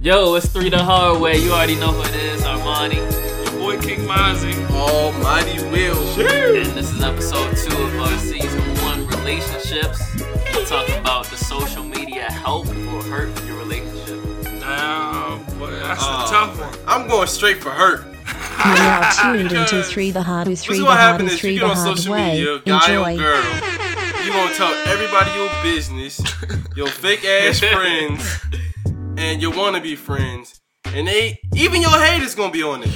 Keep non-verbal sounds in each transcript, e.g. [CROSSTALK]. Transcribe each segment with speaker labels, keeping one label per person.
Speaker 1: Yo, it's three the hard way. You already know who it is, Armani.
Speaker 2: Your boy King Mozzie.
Speaker 3: Almighty will.
Speaker 1: And this is episode two of our season one relationships. We're talking about the social media help or hurt your relationship.
Speaker 2: Nah, boy, that's
Speaker 3: Oh,
Speaker 2: a tough one.
Speaker 3: I'm going straight for hurt. [LAUGHS]
Speaker 4: You are now tuned into three the hard
Speaker 3: This
Speaker 4: three
Speaker 3: is
Speaker 4: the
Speaker 3: what
Speaker 4: hard
Speaker 3: happens if
Speaker 4: three
Speaker 3: you
Speaker 4: the
Speaker 3: get on
Speaker 4: hard
Speaker 3: social
Speaker 4: way.
Speaker 3: media, guy or
Speaker 4: Enjoy.
Speaker 3: girl. You gonna tell everybody your
Speaker 4: [LAUGHS]
Speaker 3: business, your fake ass friends, and your wannabe friends, and they even your haters gonna be on it,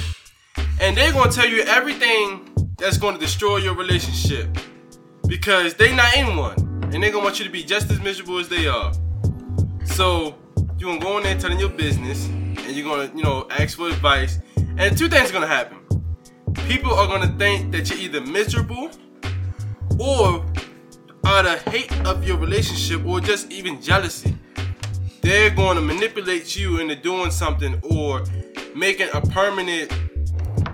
Speaker 3: and they're gonna tell you everything that's gonna destroy your relationship because they not in one, and they gonna want you to be just as miserable as they are. So you gonna go in there telling your business, and you're gonna you know ask for advice, and two things gonna happen. People are gonna think that you're either miserable or out of hate of your relationship or just even jealousy. They're going to manipulate you into doing something or making a permanent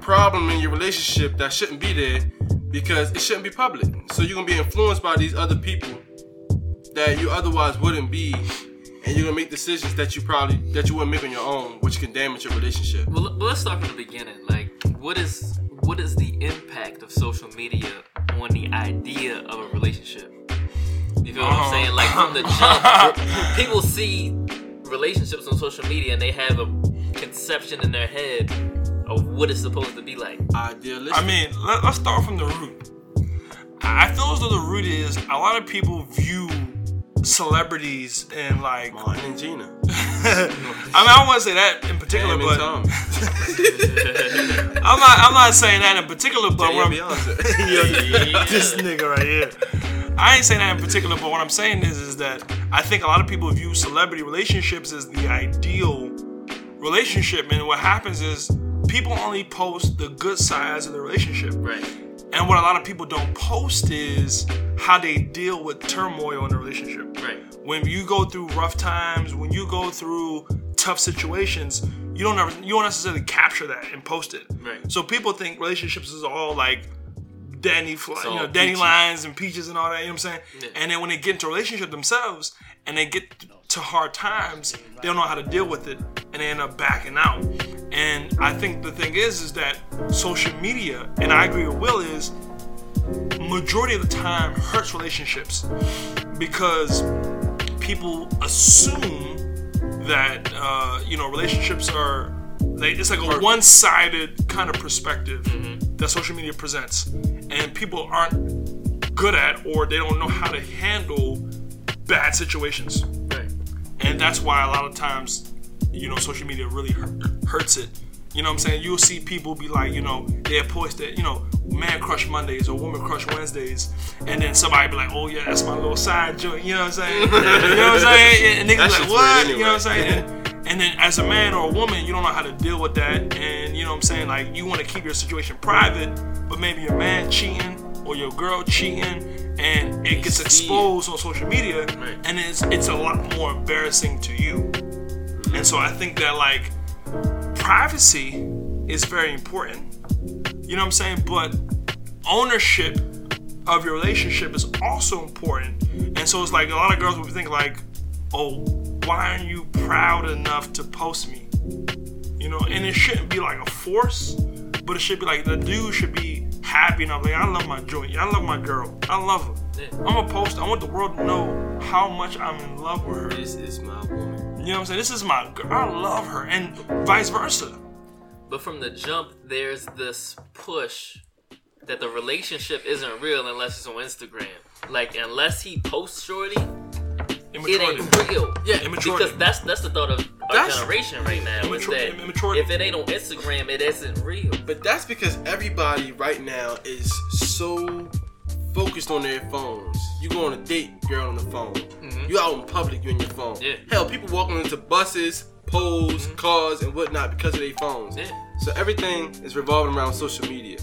Speaker 3: problem in your relationship that shouldn't be there because it shouldn't be public. So you're going to be influenced by these other people that you otherwise wouldn't be and you're going to make decisions that you probably that you wouldn't make on your own which can damage your relationship.
Speaker 1: Well, let- let's start from the beginning. Like, what is what is the impact of social media on the idea of a relationship? You feel what I'm saying? Like from [LAUGHS] the jump, people see relationships on social media and they have a conception in their head of what it's supposed to be like.
Speaker 3: Idealistic.
Speaker 2: I mean, let, let's start from the root. I I feel as though the root is a lot of people view celebrities and like. I mean,
Speaker 3: Martin and Gina.
Speaker 2: [LAUGHS] I don't want to say that in particular,
Speaker 3: Damn um, and
Speaker 2: but
Speaker 3: Tom.
Speaker 1: [LAUGHS]
Speaker 2: I'm not. I'm not saying that in particular, but what I'm-
Speaker 3: Damn
Speaker 1: [LAUGHS]
Speaker 3: Beyonce.
Speaker 2: this nigga right here. I ain't saying that in particular, but what I'm saying is, is that I think a lot of people view celebrity relationships as the ideal relationship, and what happens is people only post the good sides of the relationship.
Speaker 1: Right.
Speaker 2: And what a lot of people don't post is how they deal with turmoil in the relationship.
Speaker 1: Right.
Speaker 2: When you go through rough times, when you go through tough situations, you don't ever, you don't necessarily capture that and post it.
Speaker 1: Right.
Speaker 2: So people think relationships is all like Danny, fl-
Speaker 1: It's
Speaker 2: you
Speaker 1: all
Speaker 2: know, Danny
Speaker 1: peachy.
Speaker 2: lines and peaches and all that. You know what I'm saying?
Speaker 1: Yeah.
Speaker 2: And then when they get into a relationship themselves and they get to hard times, they don't know how to deal with it and they end up backing out. And I think the thing is, is that social media, and I agree with Will, is majority of the time hurts relationships because people assume that uh, you know relationships are they, it's like a one-sided kind of perspective that social media presents and people aren't good at or they don't know how to handle bad situations
Speaker 1: Right.
Speaker 2: and that's why a lot of times you know social media really hurt, hurts it you know what i'm saying you'll see people be like you know they'll post that you know man crush mondays or woman crush wednesdays and then somebody be like oh yeah that's my little side joint you know what i'm saying you know what i'm saying and
Speaker 3: That
Speaker 2: niggas like
Speaker 3: shit's
Speaker 2: what
Speaker 3: weird
Speaker 2: you know what i'm
Speaker 3: anyway.
Speaker 2: saying and, and then as a man or a woman you don't know how to deal with that and you know what i'm saying like you want to keep your situation private but maybe your man cheating or your girl cheating and it gets
Speaker 3: see it.
Speaker 2: exposed on social media
Speaker 3: Right.
Speaker 2: and it's it's a lot more embarrassing to you.
Speaker 3: Mm-hmm.
Speaker 2: And so I think that like privacy is very important. You know what I'm saying? But ownership of your relationship is also important. And so it's like a lot of girls would think like, "Oh, why aren't you proud enough to post me?" You know, and it shouldn't be like a force, but it should be like the dude should be happy enough. Like, I love my joint. I love my girl. I love her.
Speaker 1: Yeah.
Speaker 2: I'm gonna post. I want the world to know how much I'm in love with her.
Speaker 3: This is my woman.
Speaker 2: You know what I'm saying? This is my girl. I love her, and vice versa.
Speaker 1: But from the jump, there's this push that the relationship isn't real unless it's on Instagram. Like unless he posts shorty, it
Speaker 2: Immaturity.
Speaker 1: ain't real. Yeah,
Speaker 2: immaturity.
Speaker 1: because that's that's the thought of our
Speaker 3: That's-
Speaker 1: generation right now. is
Speaker 2: Immature-
Speaker 1: that
Speaker 2: immaturity.
Speaker 1: if it ain't on Instagram, it isn't real.
Speaker 3: But that's because everybody right now is so focused on their phones. You go on a date, you're on the phone. You out in public, you're on your phone.
Speaker 1: Mm-hmm. Yeah. Mm-hmm.
Speaker 3: Hell, people walking into buses, poles, cars, and whatnot because of their phones.
Speaker 1: Yeah.
Speaker 3: So everything is revolving around social media.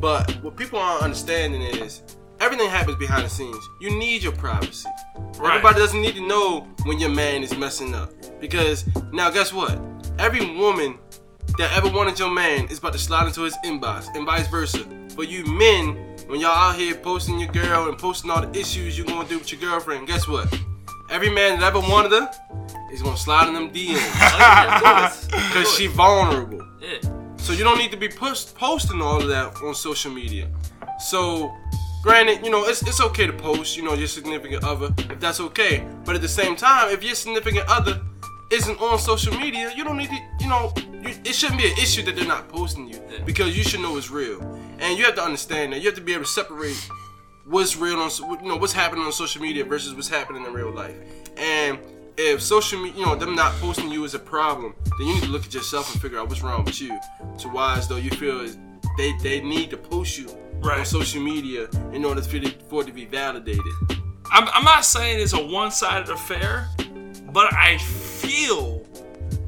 Speaker 3: But what people aren't understanding is everything happens behind the scenes. You need your privacy.
Speaker 2: Right.
Speaker 3: Everybody doesn't need to know when your man is messing up. Because now, guess what? Every woman that ever wanted your man is about to slide into his inbox and vice versa. But you men, when y'all out here posting your girl and posting all the issues you're going to do with your girlfriend, guess what? Every man that ever wanted her is gonna slide in them DMs
Speaker 1: Oh, yeah, of course.
Speaker 3: [LAUGHS]
Speaker 1: Of
Speaker 3: because
Speaker 1: course. [LAUGHS]
Speaker 3: she vulnerable.
Speaker 1: Yeah.
Speaker 3: So you don't need to be push, posting all of that on social media. So, granted, you know it's, it's okay to post, you know, your significant other if that's okay. But at the same time, if your significant other isn't on social media, you don't need to, you know, you, it shouldn't be an issue that they're not posting you
Speaker 1: Yeah.
Speaker 3: because you should know it's real, and you have to understand that you have to be able to separate what's real on so- you know what's happening on social media versus what's happening in real life. And if social media, you know, them not posting you is a problem, then you need to look at yourself and figure out what's wrong with you. So why as though you feel is- they they need to post you on
Speaker 2: Right.
Speaker 3: social media in order for it, for it to be validated.
Speaker 2: I'm, I'm not saying it's a one-sided affair, but I feel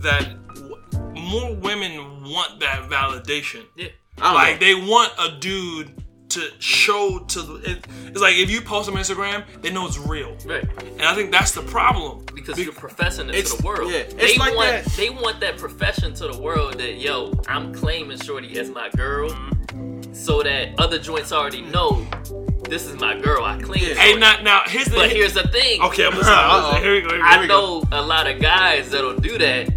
Speaker 2: that w- more women want that validation.
Speaker 1: Yeah.
Speaker 3: I don't
Speaker 2: Like
Speaker 3: know.
Speaker 2: they want a dude to show to. the- It, it's like if you post on Instagram, they know it's real,
Speaker 1: Right.
Speaker 2: and I think that's the problem.
Speaker 1: Because
Speaker 2: Be-
Speaker 1: you're professing it to
Speaker 3: It's-
Speaker 1: the world.
Speaker 3: yeah, it's
Speaker 1: they
Speaker 3: like
Speaker 1: want
Speaker 3: that.
Speaker 1: they want that profession to the world that yo, I'm claiming Shorty as my girl so that other joints already know this is my girl. I claim
Speaker 3: Yeah.
Speaker 1: Shorty.
Speaker 2: Hey, now, now here's the.
Speaker 1: But here's the thing.
Speaker 2: okay,
Speaker 1: [LAUGHS]
Speaker 2: I'm listening. I'm listening. Here we go. Here
Speaker 1: I
Speaker 2: we go.
Speaker 1: know a lot of guys that'll do that.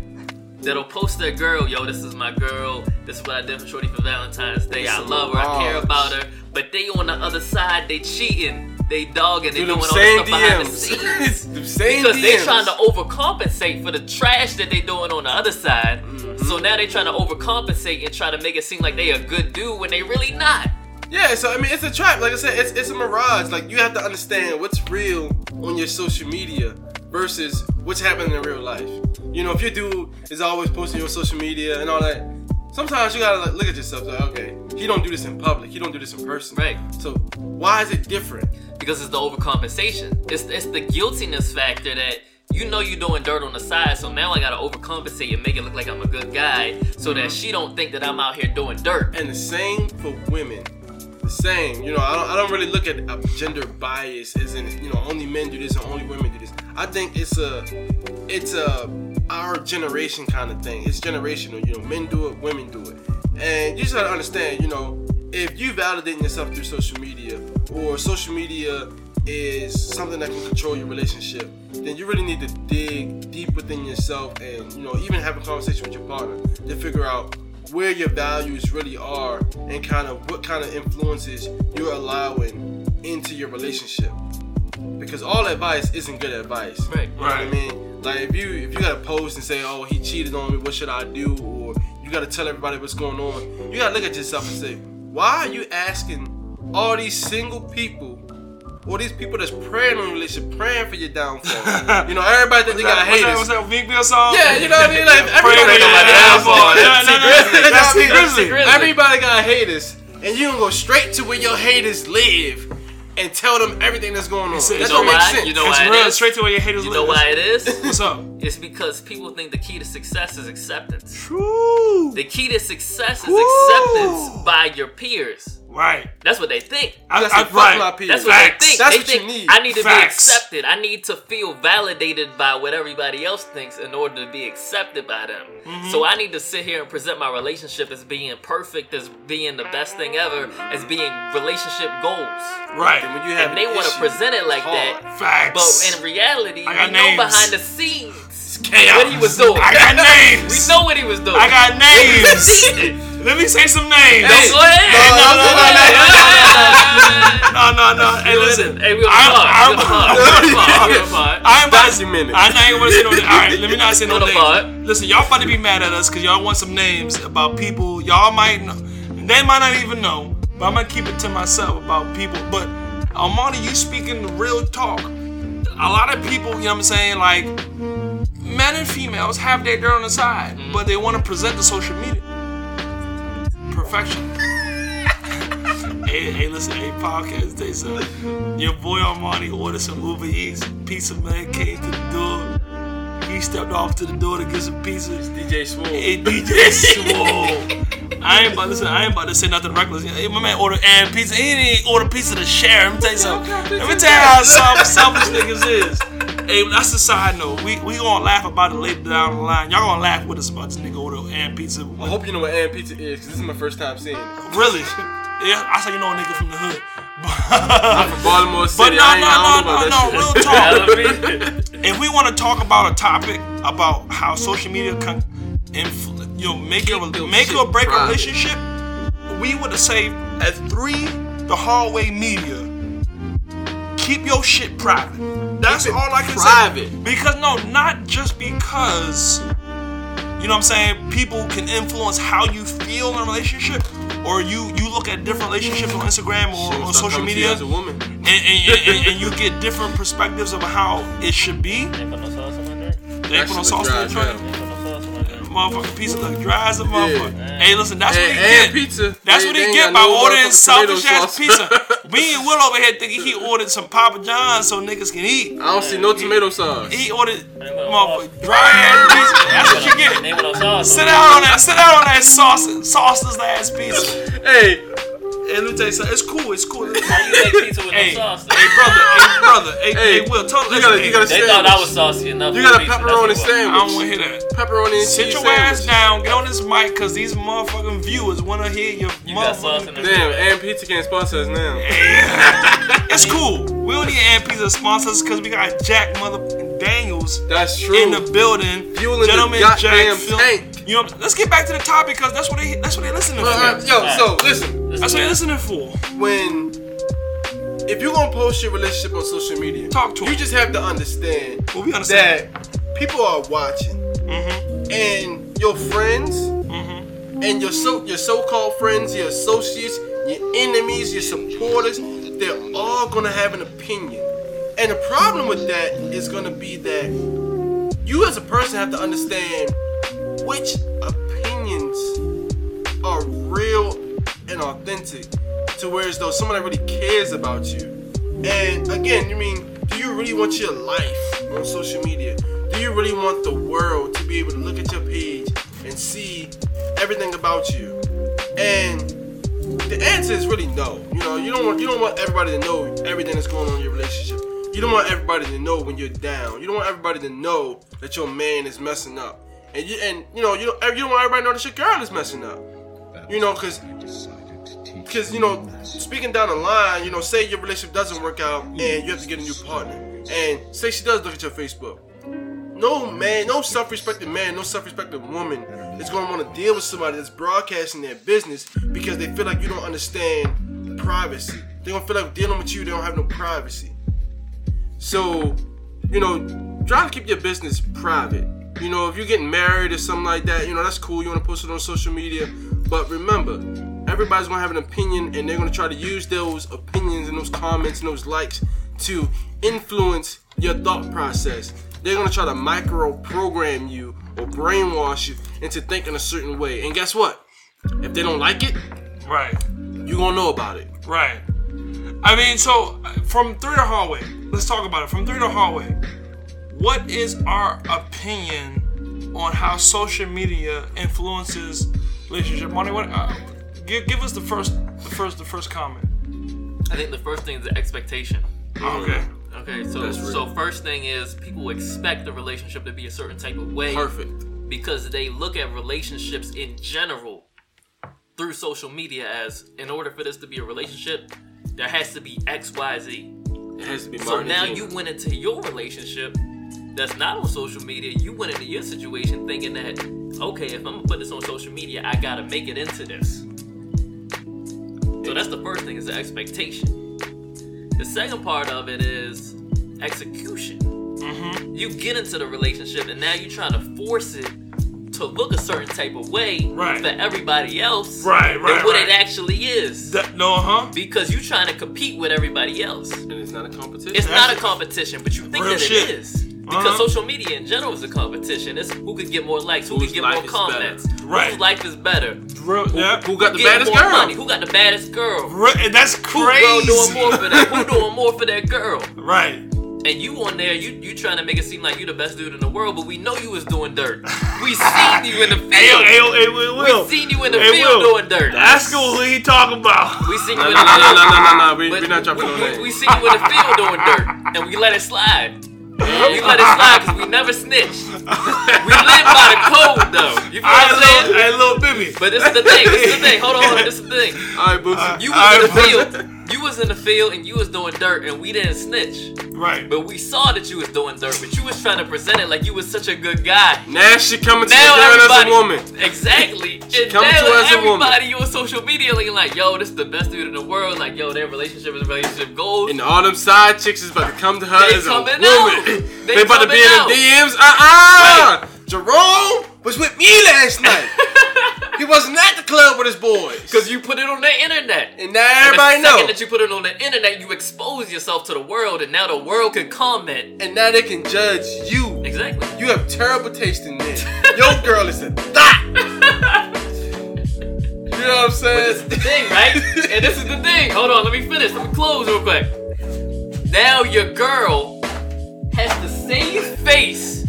Speaker 1: That'll post their girl, yo, this is my girl. This is what I did for Shorty for Valentine's Day. I love her. I care
Speaker 3: large.
Speaker 1: about her. But they on the other side, they cheating, they dogging, they
Speaker 3: Do
Speaker 1: doing
Speaker 3: them
Speaker 1: all this
Speaker 3: same
Speaker 1: stuff behind the
Speaker 3: [LAUGHS]
Speaker 1: scenes.
Speaker 3: DMs. Them same
Speaker 1: Because they
Speaker 3: DMs.
Speaker 1: trying to overcompensate for the trash that they doing on the other side. So now they trying to overcompensate and try to make it seem like they a good dude when they really not.
Speaker 3: Yeah, so I mean, it's a trap. Like I said, it's, it's a mirage. Like you have to understand what's real on your social media versus what's happening in real life. You know, if your dude is always posting your social media and all that, sometimes you gotta like, look at yourself. Like, okay, he don't do this in public. He don't do this in person.
Speaker 1: Right.
Speaker 3: So why is it different?
Speaker 1: because it's the overcompensation. It's it's the guiltiness factor that you know you're doing dirt on the side, so now I gotta overcompensate and make it look like I'm a good guy, so that she don't think that I'm out here doing dirt.
Speaker 3: And the same for women. The same. You know, I don't, I don't really look at uh, gender bias as in, you know, only men do this and only women do this. I think it's a, it's a our generation kind of thing. It's generational. You know, men do it, women do it. And you just gotta understand, you know, if you validating yourself through social media or social media is something that can control your relationship, then you really need to dig deep within yourself and, you know, even have a conversation with your partner to figure out where your values really are and kind of what kind of influences you're allowing into your relationship. Because all advice isn't good advice.
Speaker 1: Right.
Speaker 3: You know what I mean? Like if you if you gotta post and say, Oh, he cheated on me, what should I do? Or you gotta tell everybody what's going on, you gotta look at yourself and say, Why are you asking all these single people or these people that's praying on your relationship, praying for your downfall? you know, everybody that they got
Speaker 2: What's that?
Speaker 3: haters.
Speaker 2: What's that? Meek Mill song?
Speaker 3: Yeah, you know what I mean? Like
Speaker 2: Pray
Speaker 3: everybody
Speaker 2: for your
Speaker 3: got
Speaker 2: downfall.
Speaker 3: haters.
Speaker 2: Yeah, no, no, that's-
Speaker 3: You know
Speaker 2: that's
Speaker 3: what I mean?
Speaker 2: Grizzly.
Speaker 1: Grizzly.
Speaker 3: Everybody got haters, and you gonna go straight to where your haters live and tell them everything that's going on.
Speaker 2: said- You
Speaker 3: That don't
Speaker 2: know
Speaker 3: make
Speaker 1: why?
Speaker 3: sense.
Speaker 1: You know
Speaker 2: it's
Speaker 1: why it
Speaker 2: real.
Speaker 1: is?
Speaker 2: Straight to where your haters
Speaker 1: You
Speaker 2: live.
Speaker 1: know why it
Speaker 2: [LAUGHS]
Speaker 1: is?
Speaker 2: What's up?
Speaker 1: It's because people think the key to success is acceptance.
Speaker 2: True.
Speaker 1: The key to success is
Speaker 2: Woo!
Speaker 1: acceptance by your peers.
Speaker 2: Right.
Speaker 1: That's what they think.
Speaker 2: I,
Speaker 3: That's
Speaker 2: I,
Speaker 3: a fuck
Speaker 2: right.
Speaker 3: my people.
Speaker 1: That's what
Speaker 2: Facts.
Speaker 1: they think.
Speaker 3: That's
Speaker 1: they
Speaker 3: what
Speaker 1: think
Speaker 3: you need.
Speaker 1: I need to
Speaker 2: Facts.
Speaker 1: be accepted. I need to feel validated by what everybody else thinks in order to be accepted by them.
Speaker 2: Mm-hmm.
Speaker 1: So I need to sit here and present my relationship as being perfect, as being the best thing ever, as being relationship goals.
Speaker 3: And
Speaker 2: Right.
Speaker 3: when you have
Speaker 1: And they
Speaker 3: an
Speaker 1: want to
Speaker 3: issue,
Speaker 1: present it like
Speaker 3: it's hard.
Speaker 1: that,
Speaker 2: Facts.
Speaker 1: but in reality, we
Speaker 2: I got
Speaker 1: know
Speaker 2: names.
Speaker 1: behind the scenes
Speaker 2: Chaos.
Speaker 1: what he was doing.
Speaker 2: I got names.
Speaker 1: [LAUGHS] we know what he was doing.
Speaker 2: I
Speaker 1: [LAUGHS]
Speaker 2: got
Speaker 1: He was
Speaker 2: names.
Speaker 1: cheating.
Speaker 2: Let me say some names.
Speaker 1: Don't go ahead.
Speaker 3: no, no,
Speaker 1: Don't
Speaker 3: no,
Speaker 1: go
Speaker 3: no, no,
Speaker 1: ahead.
Speaker 2: No, no, no. Hey, listen.
Speaker 1: Hey, we on
Speaker 2: I'm-
Speaker 1: pod.
Speaker 2: [LAUGHS]
Speaker 1: We on pod. We
Speaker 2: I'm-
Speaker 1: on pod. We on pod.
Speaker 2: I'm about
Speaker 3: Documented.
Speaker 2: I know you want to say no name. All right, let me not say no
Speaker 1: What about
Speaker 2: name. Listen, y'all about to be mad at us because y'all want some names about people. Y'all might know. They might not even know. But I'm gonna keep it to myself about people. But Armani, you speaking the real talk. A lot of people, you know what I'm saying, like men and females have their dirt on the side,
Speaker 1: Mm-hmm.
Speaker 2: but they want to present to social media. Perfection. hey, hey, listen, hey, podcast day, son. Your boy Armani ordered some Uber Eats. Pizza man came to the door. He stepped off to the door to get some pizza.
Speaker 3: DJ Swole.
Speaker 2: Hey, DJ Swole. I ain't about listen. I ain't about to say nothing reckless. Hey, my man ordered and pizza. He didn't order pizza to share. Let me tell you something. Let me tell you how self- selfish niggas is. Hey, that's a side note. We we gonna laugh about it later down the line. Y'all gonna laugh with us about this nigga order and pizza.
Speaker 3: I hope you know what Ann Pizza is, 'cause this is my first time seeing it.
Speaker 2: Really? Yeah, I said you know a nigga from the hood. [LAUGHS]
Speaker 3: I'm from Baltimore
Speaker 2: But
Speaker 3: City.
Speaker 2: no,
Speaker 3: I
Speaker 2: no,
Speaker 3: ain't,
Speaker 2: no,
Speaker 3: I don't know about
Speaker 2: no, no,
Speaker 3: that
Speaker 2: real
Speaker 3: shit.
Speaker 2: talk.
Speaker 1: mean?
Speaker 2: if we want to talk about a topic about how social media can infl- you know, make your
Speaker 1: Keep your
Speaker 2: make
Speaker 1: shit
Speaker 2: or break a
Speaker 3: private.
Speaker 2: relationship, we would say at three, the hallway media. Keep your shit private. That's
Speaker 3: Keep it
Speaker 2: all I can say.
Speaker 3: private.
Speaker 2: Because no, not just because you know what I'm saying? People can influence how you feel in a relationship, or you you look at different relationships on Instagram or
Speaker 3: Shit,
Speaker 2: on
Speaker 3: stop
Speaker 2: social
Speaker 3: coming to you
Speaker 2: media,
Speaker 3: as a woman.
Speaker 2: and, and, and, and you get different perspectives of how it should be.
Speaker 5: Ain't
Speaker 1: [LAUGHS]
Speaker 5: put no sauce on my dirt. Ain't
Speaker 2: They ain't put no
Speaker 3: shit
Speaker 2: sauce in
Speaker 3: dry
Speaker 2: the
Speaker 3: as
Speaker 2: train.
Speaker 3: hell.
Speaker 5: put no sauce on my dirt.
Speaker 2: Motherfucking pizza look dry as a motherfucker. Hey, listen, that's
Speaker 3: And,
Speaker 2: what he get.
Speaker 3: and pizza.
Speaker 2: That's
Speaker 3: They-
Speaker 2: what
Speaker 3: they
Speaker 2: he
Speaker 3: ain't
Speaker 2: get
Speaker 3: got
Speaker 2: by
Speaker 3: no
Speaker 2: ordering
Speaker 3: motherfucking tomato
Speaker 2: selfish ass
Speaker 3: sauce.
Speaker 2: pizza.
Speaker 3: [LAUGHS]
Speaker 2: Me and Will over here thinking he ordered some Papa John's so niggas can eat.
Speaker 3: I don't see no tomato sauce.
Speaker 2: He ordered motherfucking dry
Speaker 3: [LAUGHS]
Speaker 2: ass pizza. That's what you get.
Speaker 5: Ain't put no sauce
Speaker 2: Sit
Speaker 5: on
Speaker 2: down on that. Sit down on that sauce, sauceless ass pizza.
Speaker 3: Hey,
Speaker 2: Hey, let me tell you something. It's cool. It's cool. It's cool.
Speaker 5: my dirt. You make pizza with
Speaker 2: [LAUGHS] Hey, hey,
Speaker 5: no sauce.
Speaker 2: brother.
Speaker 5: though.
Speaker 2: Hey, brother. Hey, hey,
Speaker 3: Hey,
Speaker 2: Will. Tell
Speaker 3: you
Speaker 2: listen,
Speaker 3: gotta- you
Speaker 2: hey,
Speaker 3: gotta
Speaker 5: They thought I was saucy enough.
Speaker 3: you
Speaker 5: for
Speaker 3: got a
Speaker 5: pizza, that's
Speaker 3: pepperoni
Speaker 5: what it was.
Speaker 2: I
Speaker 3: sandwich.
Speaker 2: don't want to hear that.
Speaker 3: Pepperoni and
Speaker 2: Sit
Speaker 3: cheese
Speaker 2: your ass
Speaker 3: sandwich.
Speaker 2: down, get on this mic, cause these motherfucking viewers wanna hear your
Speaker 5: You got sauce
Speaker 2: motherfucking.
Speaker 5: in there.
Speaker 3: Damn, and pizza can't sponsor us now.
Speaker 2: It's cool. We don't need AMPs as sponsors, cause we got Jack motherfucking Daniels
Speaker 3: That's true.
Speaker 2: in the building.
Speaker 3: Fueling the
Speaker 2: Gentleman Jack.
Speaker 3: goddamn
Speaker 2: Phil-
Speaker 3: tank.
Speaker 2: You know, let's get back to the topic, cause that's what they that's what they listening for.
Speaker 3: Uh, yo, so listen.
Speaker 5: This
Speaker 2: That's
Speaker 5: is
Speaker 2: what they
Speaker 5: bad.
Speaker 2: listening for.
Speaker 3: When if you're gonna post your relationship on social media,
Speaker 2: Talk to
Speaker 3: you
Speaker 2: him.
Speaker 3: just have to understand
Speaker 2: Well, we understand.
Speaker 3: that people are watching, and your friends, and your so your so-called friends, your associates, your enemies, your supporters, they're all gonna have an opinion. And the problem with that is gonna be that you as a person have to understand which opinions are real and authentic to where as though someone that really cares about you. And again, you mean, do you really want your life on social media? Do you really want the world to be able to look at your page and see everything about you? And the answer is really no. You know, you don't want you don't want everybody to know everything that's going on in your relationship. You don't want everybody to know when you're down. You don't want everybody to know that your man is messing up. And you and you know you don't, you don't want everybody to know that your girl is messing up. You know, cause because you know speaking down the line, you know, say your relationship doesn't work out and you have to get a new partner, and say she does look at your Facebook. No man, no self-respected man, no self-respected woman is gonna want to deal with somebody that's broadcasting their business because they feel like you don't understand privacy. They gonna feel like dealing with you, they don't have no privacy. So, you know, try to keep your business private. You know, if you're getting married or something like that, you know that's cool. You wanna post it on social media, but remember, everybody's gonna have an opinion, and they're gonna try to use those opinions and those comments and those likes to influence your thought process. They're gonna try to micro program you or brainwash you into thinking a certain way. And guess what? If they don't like it,
Speaker 2: Right.
Speaker 3: you're gonna know about it.
Speaker 2: Right. I mean, so uh, from three to hallway, let's talk about it. From three to hallway, what is our opinion on how social media influences relationship? Money, what? Uh, give, give us the first, the first, the first comment.
Speaker 1: I think the first thing is the expectation.
Speaker 2: okay.
Speaker 1: Okay, so so first thing is people expect the relationship to be a certain type of way
Speaker 3: Perfect.
Speaker 1: because they look at relationships in general through social media as in order for this to be a relationship, there has to be X, Y, Z.
Speaker 3: It has to be
Speaker 1: So
Speaker 3: Martin
Speaker 1: now
Speaker 3: King.
Speaker 1: you went into your relationship that's not on social media. You went into your situation thinking that, okay, if I'm gonna put this on social media, I gotta make it into this. So that's the first thing is the expectation. The second part of it is execution. You get into the relationship and now you're trying to force it to look a certain type of way
Speaker 2: Right.
Speaker 1: for everybody else
Speaker 2: Right, right,
Speaker 1: than what
Speaker 2: right.
Speaker 1: it actually is.
Speaker 2: That, no, uh-huh. huh?
Speaker 1: because you're trying to compete with everybody else.
Speaker 3: and it's not a competition.
Speaker 1: It's
Speaker 2: That's
Speaker 1: not
Speaker 2: it.
Speaker 1: a competition, but you think
Speaker 2: Real
Speaker 1: that
Speaker 2: shit.
Speaker 1: it is. Because
Speaker 2: Uh-huh.
Speaker 1: social media in general is a competition. It's who could get more likes, who
Speaker 3: Whose
Speaker 1: could get more
Speaker 3: life is
Speaker 1: comments,
Speaker 2: Right.
Speaker 1: whose life is better, who
Speaker 2: Real, yeah.
Speaker 3: who got the
Speaker 1: getting
Speaker 3: baddest
Speaker 1: more
Speaker 3: girl?
Speaker 1: money, who got the baddest girl,
Speaker 2: Re- and that's
Speaker 1: who girl
Speaker 2: crazy.
Speaker 1: doing more for that, who doing more for that girl.
Speaker 2: right.
Speaker 1: And you on there, you you trying to make it seem like you the best dude in the world, but we know you was doing dirt. We seen you in the
Speaker 2: Ayo,
Speaker 1: field.
Speaker 2: ayo, ayo, Will,
Speaker 1: We
Speaker 2: Will.
Speaker 1: seen you in the
Speaker 2: Hey,
Speaker 1: field
Speaker 2: Will.
Speaker 1: doing dirt.
Speaker 2: That's cool. Who he talking about?
Speaker 1: We seen you
Speaker 3: No,
Speaker 1: in
Speaker 3: no,
Speaker 1: the
Speaker 3: no, no,
Speaker 1: field. [LAUGHS]
Speaker 3: no, no, no. We,
Speaker 1: But
Speaker 3: we're not dropping
Speaker 1: we,
Speaker 3: on
Speaker 1: we-
Speaker 3: that.
Speaker 1: we seen you in the field doing dirt, and we let it slide. We let it slide because we never snitched. We live by the code, though. You feel what I'm
Speaker 2: I
Speaker 1: saying?
Speaker 2: love, hey, little Bibby.
Speaker 1: But this is the thing. This is the thing. Hold on, hold on. This is the thing.
Speaker 3: All right, Boosie.
Speaker 1: You
Speaker 2: All
Speaker 1: was in the
Speaker 2: right,
Speaker 1: field. You you was in the field and you was doing dirt and we didn't snitch,
Speaker 2: right.
Speaker 1: but we saw that you was doing dirt, but you was trying to present it like you was such a good guy.
Speaker 3: Now she coming to
Speaker 1: Now
Speaker 3: the girl as
Speaker 1: everybody,
Speaker 3: a woman. [LAUGHS]
Speaker 1: exactly. And
Speaker 3: come
Speaker 1: now
Speaker 3: to us as a woman.
Speaker 1: everybody on social media looking like, yo, this is the best dude in the world. Like, yo, their relationship is relationship goals.
Speaker 3: And all them side chicks is about to come to her
Speaker 1: They
Speaker 3: as a
Speaker 1: coming
Speaker 3: woman. [LAUGHS]
Speaker 1: out.
Speaker 3: They,
Speaker 1: They
Speaker 3: about to
Speaker 1: coming
Speaker 3: be in
Speaker 1: out.
Speaker 3: the DMs. Uh uh Jerome was with me last
Speaker 1: [LAUGHS]
Speaker 3: night. he wasn't at the club with his boys.
Speaker 1: Because you put it on the internet.
Speaker 3: and now everybody
Speaker 1: and the second
Speaker 3: knows.
Speaker 1: that you put it on the internet, you expose yourself to the world, and now the world can comment.
Speaker 3: and now they can judge you.
Speaker 1: Exactly.
Speaker 3: You have terrible taste in men. Your girl is
Speaker 1: [LAUGHS]
Speaker 3: a thot. you know what I'm
Speaker 1: This is
Speaker 3: saying?
Speaker 1: the thing, right?
Speaker 3: [LAUGHS]
Speaker 1: and this is the thing. Hold on, let me finish. Let me close real quick. Now your girl has the same face,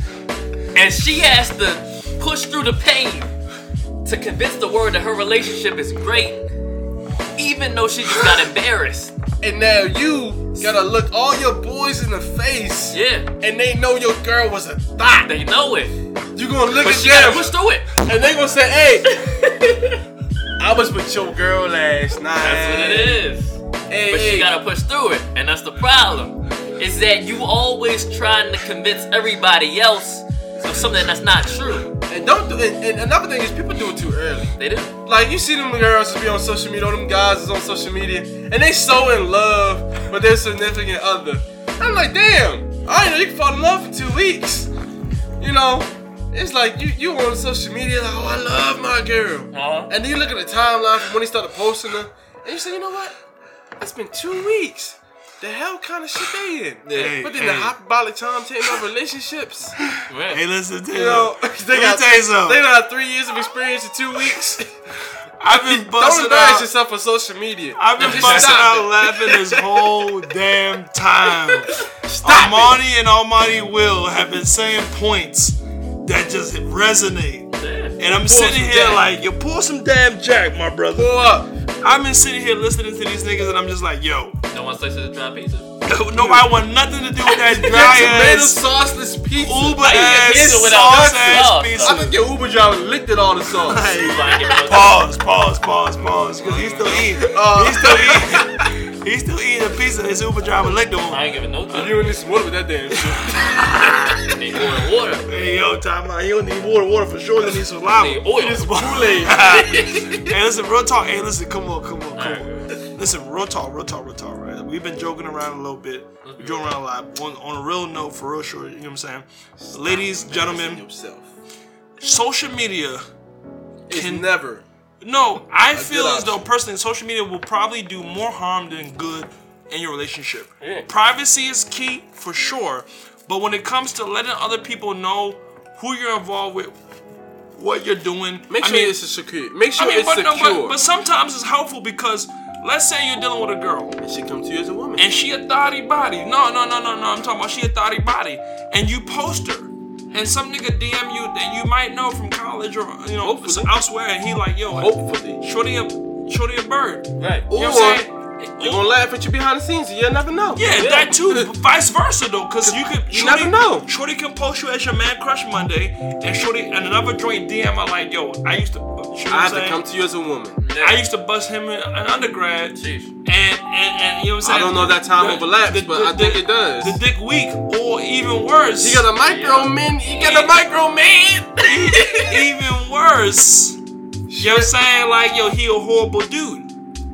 Speaker 1: and she has to push through the pain to convince the world that her relationship is great, even though she just
Speaker 3: [GASPS]
Speaker 1: got embarrassed.
Speaker 3: And now you gotta look all your boys in the face.
Speaker 1: Yeah,
Speaker 3: And they know your girl was a thot.
Speaker 1: they know it,
Speaker 3: You gonna look
Speaker 1: but
Speaker 3: at
Speaker 1: she gotta
Speaker 3: them
Speaker 1: push through it.
Speaker 3: and they gonna say, hey.
Speaker 1: [LAUGHS]
Speaker 3: I was with your girl last night.
Speaker 1: That's what it is.
Speaker 3: Hey,
Speaker 1: But
Speaker 3: hey.
Speaker 1: you gotta push through it, and that's the problem. Is that you always trying to convince everybody else of something that's not true.
Speaker 3: and don't do and, and another thing is people do it too early.
Speaker 1: They do.
Speaker 3: Like you see them girls just be on social media, all them guys is on social media, and they so in love with their significant other. I'm like, damn, I didn't know you can fall in love in two weeks. You know, it's like you you on social media like, oh, I love my girl,
Speaker 5: Uh-huh.
Speaker 3: and then you look at the timeline from when he started posting her, and you say, you know what? It's been two weeks. The hell kind of shit they in?
Speaker 2: Hey,
Speaker 3: but then the
Speaker 2: hey.
Speaker 3: hyperbolic time taking over relationships.
Speaker 2: Hey, listen to
Speaker 3: You know, [LAUGHS] they
Speaker 2: me
Speaker 3: got
Speaker 2: tell you something.
Speaker 3: they got three years of experience in two [LAUGHS] weeks.
Speaker 2: I've been
Speaker 3: Don't
Speaker 2: busting
Speaker 3: embarrass
Speaker 2: out.
Speaker 3: yourself on social media.
Speaker 2: I've been
Speaker 3: Just
Speaker 2: busting
Speaker 3: stop
Speaker 2: out
Speaker 3: it.
Speaker 2: laughing this whole damn time.
Speaker 3: Stop it.
Speaker 2: Armani and Almighty Will have been saying points that just resonate. And I'm sitting
Speaker 3: some
Speaker 2: here
Speaker 3: jack.
Speaker 2: like, yo, pull some damn jack, my brother.
Speaker 3: Pull up.
Speaker 2: I've been sitting here listening to these niggas and I'm just like, yo,
Speaker 1: No one slices a dry pizza.
Speaker 2: nobody want nothing to do with that
Speaker 3: [LAUGHS] Get
Speaker 2: dry
Speaker 3: tomato
Speaker 2: ass,
Speaker 3: sauceless pizza.
Speaker 2: uber
Speaker 1: get
Speaker 2: ass,
Speaker 1: pizza without sauce,
Speaker 2: sauce ass
Speaker 1: though.
Speaker 3: Oh. I
Speaker 2: pizza.
Speaker 3: think your Uber driver licked it all the sauce.
Speaker 2: Pause, pause, pause, pause. Because he's still eating.
Speaker 3: Uh,
Speaker 2: He's still eating. [LAUGHS] He's still eating a piece of his Uber driver licked on.
Speaker 1: I ain't
Speaker 3: [LAUGHS]
Speaker 1: giving no time.
Speaker 3: you and this wood with that damn shit.
Speaker 1: They pouring
Speaker 3: [LAUGHS]
Speaker 1: water.
Speaker 2: Hey, yo, time out. He don't need water. Water for sure. He need some
Speaker 1: They
Speaker 2: lava.
Speaker 1: oil.
Speaker 2: hey, listen, real talk. Hey, listen, come on, come on, come on. Listen, real talk, real talk, real talk, right? We've been joking around a little bit. We're joking around a lot. On, on a real note, for real short, you know what I'm saying? Ladies, gentlemen,
Speaker 3: yourself.
Speaker 2: social media
Speaker 3: It's
Speaker 2: Can-
Speaker 3: never.
Speaker 2: No, I feel as though
Speaker 3: option.
Speaker 2: personally, social media will probably do more harm than good in your relationship. Privacy is key for sure, but when it comes to letting other people know who you're involved with, what you're doing,
Speaker 3: Make
Speaker 2: I
Speaker 3: sure
Speaker 2: mean,
Speaker 3: it's secure. Make sure
Speaker 2: I mean,
Speaker 3: it's
Speaker 2: but, no,
Speaker 3: secure.
Speaker 2: but, but sometimes it's helpful because let's say you're dealing with a girl
Speaker 3: it should come to you as a woman.
Speaker 2: and she a thotty body. No, no, no, no, no. I'm talking about she a thotty body, and you post her, and some nigga DM you that you might know from college or you know
Speaker 3: Hopefully.
Speaker 2: elsewhere, and he like, yo,
Speaker 3: Hopefully.
Speaker 2: Shorty a shorty a bird.
Speaker 1: Right.
Speaker 2: You know
Speaker 3: Or
Speaker 2: what I'm saying?
Speaker 3: you're gonna laugh at you behind the scenes and you'll never know.
Speaker 2: yeah, that too. but Vice versa though, cause you could
Speaker 3: you never know.
Speaker 2: Shorty can post you as your man crush Monday, and Shorty and another joint DM are like, yo, I used to. You know
Speaker 3: [LAUGHS] I
Speaker 2: what I'm
Speaker 3: have to
Speaker 2: saying?
Speaker 3: come to you as a woman.
Speaker 2: I used to bust him in an undergrad.
Speaker 1: Sheesh.
Speaker 2: And, and, and you know what I'm saying?
Speaker 3: I don't know if that time overlaps, but I think it does.
Speaker 2: The dick week, or even worse,
Speaker 3: You got a micro man. You got a
Speaker 2: [LAUGHS]
Speaker 3: micro man.
Speaker 2: even worse. You know what I'm saying? Like, yo, he a horrible dude.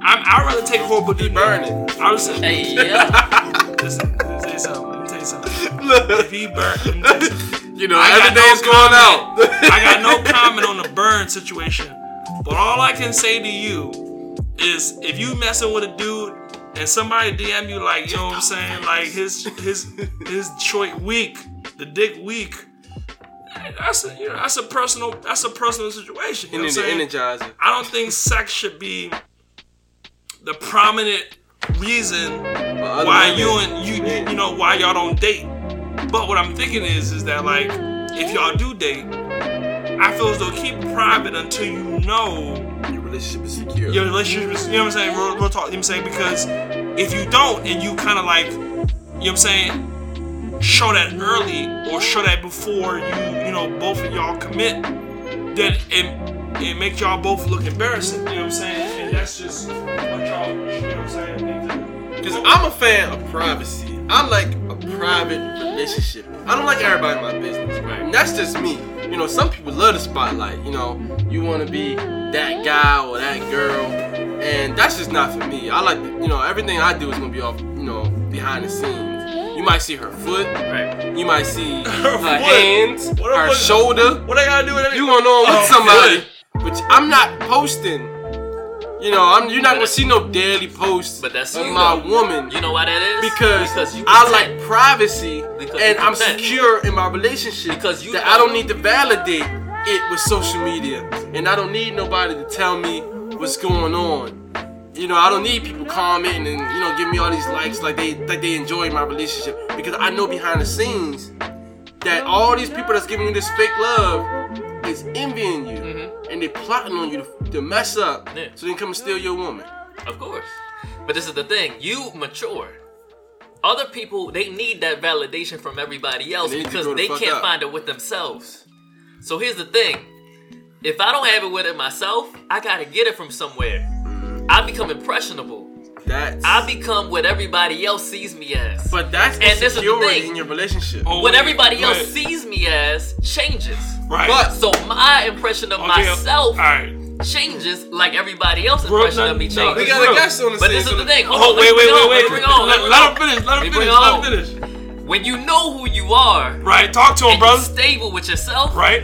Speaker 2: I'm, I'd rather take a horrible dude. than-
Speaker 3: burning.
Speaker 2: I was saying,
Speaker 1: Hey, yeah.
Speaker 2: listen, let me tell you something. Let me tell you something.
Speaker 3: Look,
Speaker 2: If he burn, let me tell you something.
Speaker 3: [LAUGHS] you know,
Speaker 2: I got
Speaker 3: every
Speaker 2: no
Speaker 3: day is going out.
Speaker 2: comment.
Speaker 3: [LAUGHS]
Speaker 2: I got no comment on the burn situation. But all I can say to you is if you messing with a dude and somebody DM you like, you know what I'm saying, like his his his Detroit week, the dick week, that's a you know, that's a personal that's a personal situation. You know
Speaker 3: You
Speaker 2: what
Speaker 3: need
Speaker 2: I'm
Speaker 3: to
Speaker 2: saying?
Speaker 3: energize it.
Speaker 2: I don't think sex should be the prominent reason
Speaker 3: other
Speaker 2: why
Speaker 3: women-
Speaker 2: you and you you- you know why y'all don't date. But what I'm thinking is is that like if y'all do date, I feel as though keep it private until you know
Speaker 3: Your relationship is secure.
Speaker 2: your relationship. Is, you know what I'm saying? Real, real talk. You know what I'm saying because if you don't and you kind of like you know what I'm saying. Show that early, or show that before you, you know, both of y'all commit. Then it it makes y'all both look embarrassing. You know what I'm saying? And that's just what y'all. You know what I'm saying?
Speaker 3: Because I'm a fan of privacy. I like a private relationship. I don't like everybody in my business.
Speaker 1: Right.
Speaker 3: And that's just me. You know, some people love the spotlight. You know, you want to be that guy or that girl. And that's just not for me. I like, you know, everything I do is going to be off, you know, behind the scenes. You might see her foot.
Speaker 1: Right.
Speaker 3: You might see [LAUGHS] her
Speaker 2: foot?
Speaker 3: hands,
Speaker 2: What I
Speaker 3: her
Speaker 2: was-
Speaker 3: shoulder.
Speaker 2: What I gotta do with that?
Speaker 3: You gonna know I'm with
Speaker 2: Oh,
Speaker 3: somebody,
Speaker 2: good.
Speaker 3: but I'm not posting. You know, I'm. You're not gonna see no daily posts
Speaker 1: But that's
Speaker 3: of
Speaker 1: you,
Speaker 3: my
Speaker 1: though.
Speaker 3: woman
Speaker 1: You know why that is?
Speaker 3: because,
Speaker 1: you
Speaker 3: I
Speaker 1: protect-
Speaker 3: like privacy
Speaker 1: Because
Speaker 3: and
Speaker 1: you
Speaker 3: I'm
Speaker 1: protect.
Speaker 3: secure in my relationship.
Speaker 1: Because you
Speaker 3: that I don't
Speaker 1: know-
Speaker 3: need to validate it with social media, and I don't need nobody to tell me what's going on. You know, I don't need people commenting and you know give me all these likes like they like they enjoy my relationship because I know behind the scenes that all these people that's giving you this fake love is envying you and they plotting on you to, to mess up
Speaker 1: Mm-hmm. Yeah.
Speaker 3: so they can come and steal your woman.
Speaker 1: Of course. But this is the thing. You mature. Other people, they need that validation from everybody else
Speaker 3: They need to
Speaker 1: because
Speaker 3: grow the
Speaker 1: they
Speaker 3: fuck
Speaker 1: can't
Speaker 3: up.
Speaker 1: find it with themselves. So here's the thing. If I don't have it with it myself, I gotta get it from somewhere.
Speaker 3: Mm.
Speaker 1: I become impressionable.
Speaker 3: That's
Speaker 1: I become what everybody else sees me as.
Speaker 3: but that's
Speaker 1: and this is the
Speaker 3: insecurity
Speaker 1: thing.
Speaker 3: in your relationship.
Speaker 2: Oh,
Speaker 1: what
Speaker 2: wait,
Speaker 1: everybody
Speaker 2: wait.
Speaker 1: else sees me as changes.
Speaker 2: Right.
Speaker 3: But-
Speaker 1: So my impression of
Speaker 3: uh,
Speaker 1: myself
Speaker 2: All right.
Speaker 1: changes like everybody else's
Speaker 2: Bro,
Speaker 1: impression
Speaker 2: no,
Speaker 1: of me
Speaker 2: no,
Speaker 1: changes.
Speaker 3: We got a guest on the
Speaker 1: But
Speaker 3: stage,
Speaker 1: this is
Speaker 3: so
Speaker 1: the thing. Hold
Speaker 2: Oh,
Speaker 1: on,
Speaker 2: wait,
Speaker 1: let me
Speaker 2: wait,
Speaker 1: bring
Speaker 2: wait,
Speaker 1: on,
Speaker 2: wait.
Speaker 1: Let me bring on.
Speaker 2: Let,
Speaker 1: me
Speaker 2: let him
Speaker 1: bring on.
Speaker 2: finish.
Speaker 1: bring
Speaker 2: Let him finish.
Speaker 1: on.
Speaker 2: Let him finish.
Speaker 1: When you know who you are,
Speaker 2: Right. Talk to him,
Speaker 1: and you're
Speaker 2: brother.
Speaker 1: stable with yourself,
Speaker 2: Right.